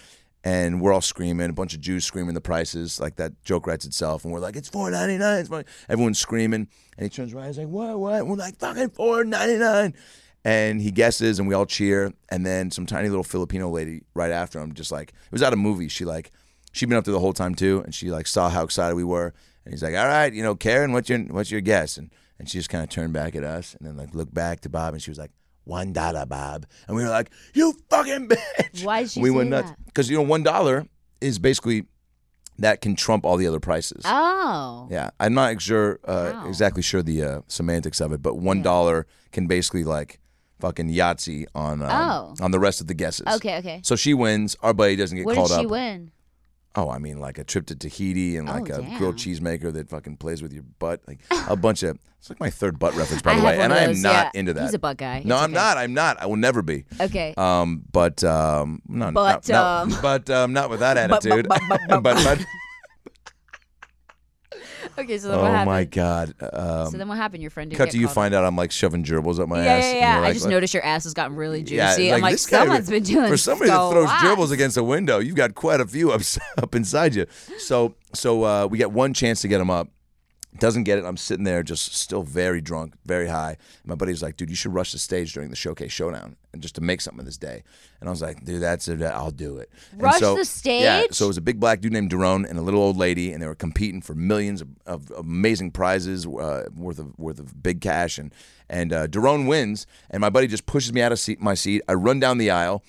Speaker 2: And we're all screaming, a bunch of Jews screaming the prices, like that joke writes itself. And we're like, it's four ninety nine. It's 4 everyone's screaming. And he turns around, he's like, what, what? And we're like, fucking four ninety nine. And he guesses, and we all cheer. And then some tiny little Filipino lady right after him, just like it was out of movie. She like she'd been up there the whole time too, and she like saw how excited we were, and he's like, "All right, you know, Karen, what's your what's your guess?" And and she just kind of turned back at us, and then like looked back to Bob, and she was like, "One dollar, Bob," and we were like, "You fucking bitch!"
Speaker 1: Why did she
Speaker 2: we
Speaker 1: say
Speaker 2: went nuts
Speaker 1: that?
Speaker 2: because you know one dollar is basically that can trump all the other prices.
Speaker 1: Oh.
Speaker 2: Yeah, I'm not sure uh,
Speaker 1: Wow.
Speaker 2: exactly sure the uh, semantics of it, but one dollar can basically like fucking Yahtzee on um,
Speaker 1: Oh.
Speaker 2: on the rest of the guesses.
Speaker 1: Okay, okay.
Speaker 2: So she wins. Our buddy doesn't get
Speaker 1: What
Speaker 2: called
Speaker 1: did she
Speaker 2: up.
Speaker 1: win?
Speaker 2: Oh, I mean, like a trip to Tahiti and like
Speaker 1: Oh,
Speaker 2: a
Speaker 1: damn.
Speaker 2: grilled cheesemaker that fucking plays with your butt. Like a bunch of. It's like my third butt reference, by
Speaker 1: I
Speaker 2: the
Speaker 1: have
Speaker 2: way.
Speaker 1: one
Speaker 2: And
Speaker 1: of
Speaker 2: I am
Speaker 1: those,
Speaker 2: not
Speaker 1: yeah.
Speaker 2: into that.
Speaker 1: He's a butt guy.
Speaker 2: No,
Speaker 1: It's
Speaker 2: I'm
Speaker 1: okay.
Speaker 2: not. I'm not. I will never be.
Speaker 1: Okay.
Speaker 2: Um, but um, no,
Speaker 1: But,
Speaker 2: not, not-
Speaker 1: um.
Speaker 2: but um, not with that
Speaker 1: But, but,
Speaker 2: attitude.
Speaker 1: but, but, but,
Speaker 2: but, but-
Speaker 1: okay, so then what
Speaker 2: oh
Speaker 1: happened?
Speaker 2: my god. Um,
Speaker 1: so then what happened? Your friend didn't
Speaker 2: cut
Speaker 1: get
Speaker 2: to you
Speaker 1: called
Speaker 2: find out I'm like shoving gerbils up my
Speaker 1: up?
Speaker 2: ass.
Speaker 1: Yeah,
Speaker 2: and
Speaker 1: yeah,
Speaker 2: you're
Speaker 1: yeah. I
Speaker 2: like,
Speaker 1: just
Speaker 2: like-
Speaker 1: noticed your ass has gotten really juicy.
Speaker 2: Yeah,
Speaker 1: I'm like,
Speaker 2: this guy-
Speaker 1: someone's been doing
Speaker 2: for somebody
Speaker 1: so
Speaker 2: that throws
Speaker 1: what?
Speaker 2: gerbils against a window. You've got quite a few up, up inside you. So so uh, we got one chance to get him up. Doesn't get it. I'm sitting there just still very drunk, very high. And my buddy's like, dude, you should rush the stage during the showcase showdown and just to make something of this day. And I was like, dude, that's it. I'll do it. And
Speaker 1: Rush
Speaker 2: so-
Speaker 1: the stage?
Speaker 2: Yeah. So it was a big black dude named Daron and a little old lady, and they were competing for millions of, of amazing prizes uh, worth of worth of big cash. And and uh, Daron wins, and my buddy just pushes me out of seat, my seat. I run down the aisle,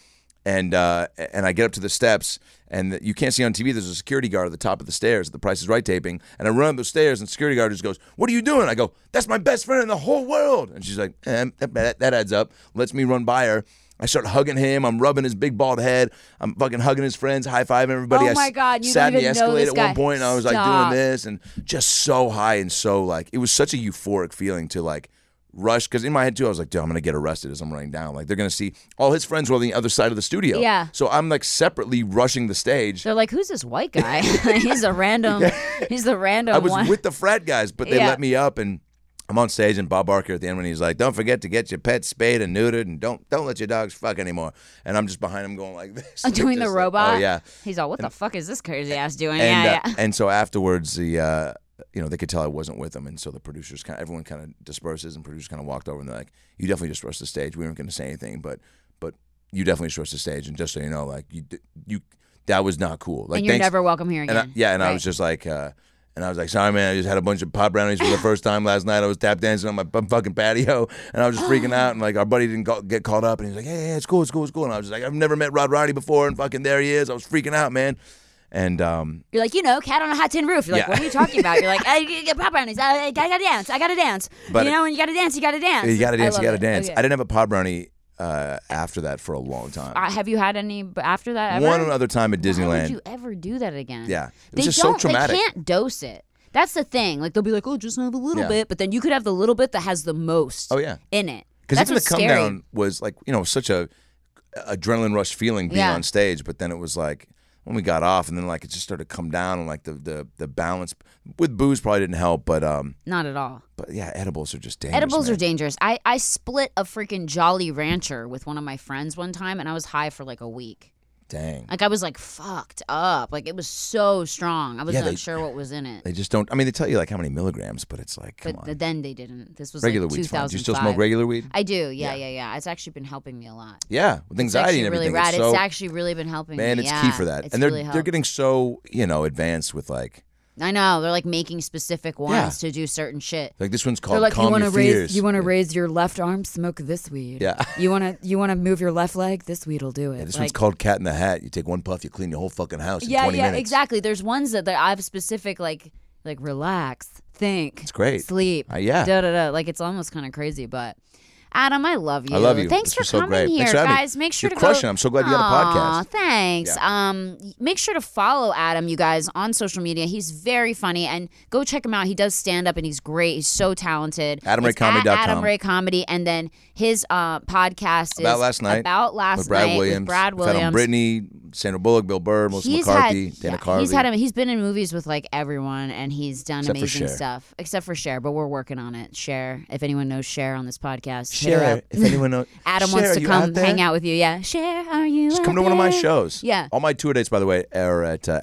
Speaker 2: and uh, and I get up to the steps, and you can't see on TV. There's a security guard at the top of the stairs at the Price is Right taping, and I run up the stairs, and the security guard just goes, "What are you doing?" I go, "That's my best friend in the whole world," and she's like, eh, that, that- that adds up." Lets me run by her. I start hugging him. I'm rubbing his big bald head. I'm fucking hugging his friends, high fiving everybody.
Speaker 1: Oh
Speaker 2: I
Speaker 1: my
Speaker 2: s-
Speaker 1: God, you
Speaker 2: sat
Speaker 1: don't
Speaker 2: in the
Speaker 1: even know
Speaker 2: Escalade
Speaker 1: this
Speaker 2: at
Speaker 1: guy.
Speaker 2: one point, and I was like
Speaker 1: Stop.
Speaker 2: doing this, and just so high and so like it was such a euphoric feeling to like rush because in my head too, I was like, dude, I'm gonna get arrested as I'm running down. Like they're gonna see all his friends were on the other side of the studio.
Speaker 1: Yeah.
Speaker 2: So I'm like separately rushing the stage.
Speaker 1: They're like, who's this white guy? he's a random. He's the random
Speaker 2: I was
Speaker 1: one.
Speaker 2: with the frat guys, but they
Speaker 1: Yeah.
Speaker 2: let me up and. I'm on stage and Bob Barker at the end when he's like, "Don't forget to get your pet spayed and neutered, and don't don't let your dogs fuck anymore." And I'm just behind him going like this,
Speaker 1: I'm doing the
Speaker 2: Just like,
Speaker 1: robot.
Speaker 2: Oh yeah,
Speaker 1: He's all, what the fuck is this crazy ass doing?
Speaker 2: and
Speaker 1: yeah,
Speaker 2: uh,
Speaker 1: yeah.
Speaker 2: and so afterwards the uh, you know they could tell I wasn't with them, and so the producers kind of everyone kind of disperses, and producers kind of walked over and they're like, "You definitely just rushed the stage. We weren't going to say anything, but but you definitely just rushed the stage, and just so you know, like you d- you that was not cool. Like
Speaker 1: and you're
Speaker 2: thanks-
Speaker 1: never welcome here again.
Speaker 2: and I, yeah, and I was
Speaker 1: Right.
Speaker 2: just like, uh, and I was like, sorry, man, I just had a bunch of pop brownies for the first time last night. I was tap dancing on my bu- fucking patio, and I was just freaking out. And like, our buddy didn't call, get called up, and he's like, yeah, yeah, it's cool, it's cool, it's cool. And I was just like, I've never met Rod Roddy before, and fucking there he is. I was freaking out, man. And um,
Speaker 1: You're like, you know, cat on a hot tin roof. You're like,
Speaker 2: Yeah.
Speaker 1: what are you talking about? You're like, I, I get pop brownies. Uh, I, I gotta dance. I gotta dance.
Speaker 2: But-
Speaker 1: you know, when you gotta dance, you gotta dance.
Speaker 2: you got to
Speaker 1: I
Speaker 2: dance, you
Speaker 1: love
Speaker 2: got to
Speaker 1: it.
Speaker 2: dance.
Speaker 1: Okay.
Speaker 2: I didn't have a pod brownie uh, after that for a long time.
Speaker 1: Uh, have you had any b- after that? Ever?
Speaker 2: One other time at
Speaker 1: Why
Speaker 2: Disneyland.
Speaker 1: would you ever do that again?
Speaker 2: Yeah. It
Speaker 1: they
Speaker 2: was just so
Speaker 1: don't.
Speaker 2: traumatic.
Speaker 1: They can't dose it. That's the thing. Like they'll be like, oh, just have a little
Speaker 2: Yeah.
Speaker 1: bit, but then you could have the little bit that has the most.
Speaker 2: Oh, yeah.
Speaker 1: in it.
Speaker 2: Because
Speaker 1: That's
Speaker 2: even the
Speaker 1: what's
Speaker 2: come
Speaker 1: scary.
Speaker 2: down was like, you know, such a adrenaline rush feeling being
Speaker 1: Yeah.
Speaker 2: on stage, but then it was like when we got off and then like it just started to come down and like the the, the balance with booze probably didn't help, but um
Speaker 1: Not at all.
Speaker 2: but yeah, edibles are just dangerous.
Speaker 1: Edibles are
Speaker 2: man.
Speaker 1: dangerous. I, I split a freaking Jolly Rancher with one of my friends one time, and I was high for like a week.
Speaker 2: dang.
Speaker 1: Like I was like fucked up. Like it was so strong. I was
Speaker 2: Yeah,
Speaker 1: not
Speaker 2: they-
Speaker 1: sure what was in it.
Speaker 2: They just don't I mean they tell you like how many milligrams, but it's like come
Speaker 1: but
Speaker 2: on.
Speaker 1: th- then they didn't. This was
Speaker 2: regular
Speaker 1: like
Speaker 2: weed's fine.
Speaker 1: 2005.
Speaker 2: Do you still smoke regular weed?
Speaker 1: I do. Yeah, yeah, yeah, It's actually been helping me a lot.
Speaker 2: yeah, with
Speaker 1: It's
Speaker 2: anxiety
Speaker 1: actually
Speaker 2: and everything.
Speaker 1: really rad.
Speaker 2: it's, so,
Speaker 1: actually really been helping
Speaker 2: man,
Speaker 1: me.
Speaker 2: it's
Speaker 1: yeah,
Speaker 2: key for that.
Speaker 1: It's
Speaker 2: and they're
Speaker 1: really
Speaker 2: they're
Speaker 1: helped.
Speaker 2: getting so, you know, advanced with like
Speaker 1: I know they're like making specific ones to do certain shit.
Speaker 2: like this one's called
Speaker 3: They're like, you
Speaker 2: Calm
Speaker 3: want to
Speaker 2: Your
Speaker 3: raise,
Speaker 2: Fears.
Speaker 3: you want to raise your left arm, smoke this weed.
Speaker 2: Yeah.
Speaker 3: You want to, you want to move your left leg. This weed'll do it.
Speaker 2: Yeah, this
Speaker 3: Like-
Speaker 2: one's called Cat in the Hat. You take one puff, you clean your whole fucking house in
Speaker 1: yeah,
Speaker 2: 20
Speaker 1: yeah,
Speaker 2: minutes.
Speaker 1: exactly. There's ones that that I have specific like like relax, think,
Speaker 2: It's great.
Speaker 1: sleep,
Speaker 2: Uh, yeah.
Speaker 1: da da da. Like it's almost kind of crazy, but. Adam, I love you.
Speaker 2: I love you.
Speaker 1: Thanks
Speaker 2: This
Speaker 1: for
Speaker 2: was so
Speaker 1: coming
Speaker 2: great.
Speaker 1: here,
Speaker 2: Thanks for having me.
Speaker 1: guys. Make sure
Speaker 2: You're
Speaker 1: to
Speaker 2: crushing
Speaker 1: go.
Speaker 2: it. I'm so glad you got a
Speaker 1: Aw,
Speaker 2: podcast.
Speaker 1: Thanks. Um, make sure to follow Adam, you guys, on social media. He's very funny, and go check him out. He does stand up, and he's great. He's so talented.
Speaker 2: AdamRayComedy
Speaker 1: It's at
Speaker 2: dot com.
Speaker 1: Adam Ray Comedy, and then his uh, podcast is
Speaker 2: About last night.
Speaker 1: About last
Speaker 2: with Brad
Speaker 1: night
Speaker 2: Williams.
Speaker 1: with Brad
Speaker 2: We've had on
Speaker 1: Williams.
Speaker 2: Brittany, Sandra Bullock, Bill Burr, Melissa McCarthy,
Speaker 1: had,
Speaker 2: Dana
Speaker 1: yeah,
Speaker 2: Carvey.
Speaker 1: He's had him. He's been in movies with like everyone, and he's done
Speaker 2: Except for
Speaker 1: amazing
Speaker 2: Cher.
Speaker 1: stuff. Except for Cher, but we're working on it. Cher, if anyone knows Cher on this podcast, hit her
Speaker 2: Cher,
Speaker 1: up.
Speaker 2: if anyone knows,
Speaker 1: Adam
Speaker 2: Cher,
Speaker 1: wants
Speaker 2: are
Speaker 1: to
Speaker 2: you
Speaker 1: come
Speaker 2: out there?
Speaker 1: hang out with you. Yeah, Cher, are you?
Speaker 2: Just
Speaker 1: out
Speaker 2: come to one of my
Speaker 1: there?
Speaker 2: shows.
Speaker 1: Yeah.
Speaker 2: All my tour dates, by the way, are at uh,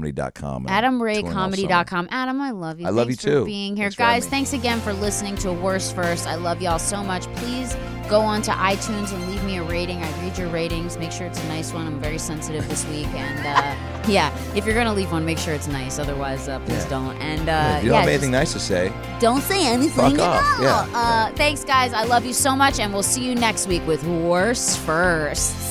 Speaker 2: adamraycomedy.com. and I'm touring all summer.
Speaker 1: AdamRayComedy.com. Adam, I love you.
Speaker 2: I love
Speaker 1: Thanks
Speaker 2: you
Speaker 1: for
Speaker 2: too.
Speaker 1: being here,
Speaker 2: Thanks for
Speaker 1: guys.
Speaker 2: having me.
Speaker 1: Thanks again for listening to Worst First. I love y'all so much. Please go on to iTunes and leave me a rating. I read your ratings. Make sure it's a nice one. I'm very sensitive this week, and uh, yeah, if you're gonna leave one, make sure it's nice. Otherwise, uh, please don't. And uh,
Speaker 2: If you don't have
Speaker 1: yeah,
Speaker 2: anything
Speaker 1: just
Speaker 2: nice to say,
Speaker 1: don't say anything
Speaker 2: Fuck off.
Speaker 1: at all.
Speaker 2: Yeah.
Speaker 1: Uh, thanks, guys. I love you so much, and we'll see you next week with Worst Firsts.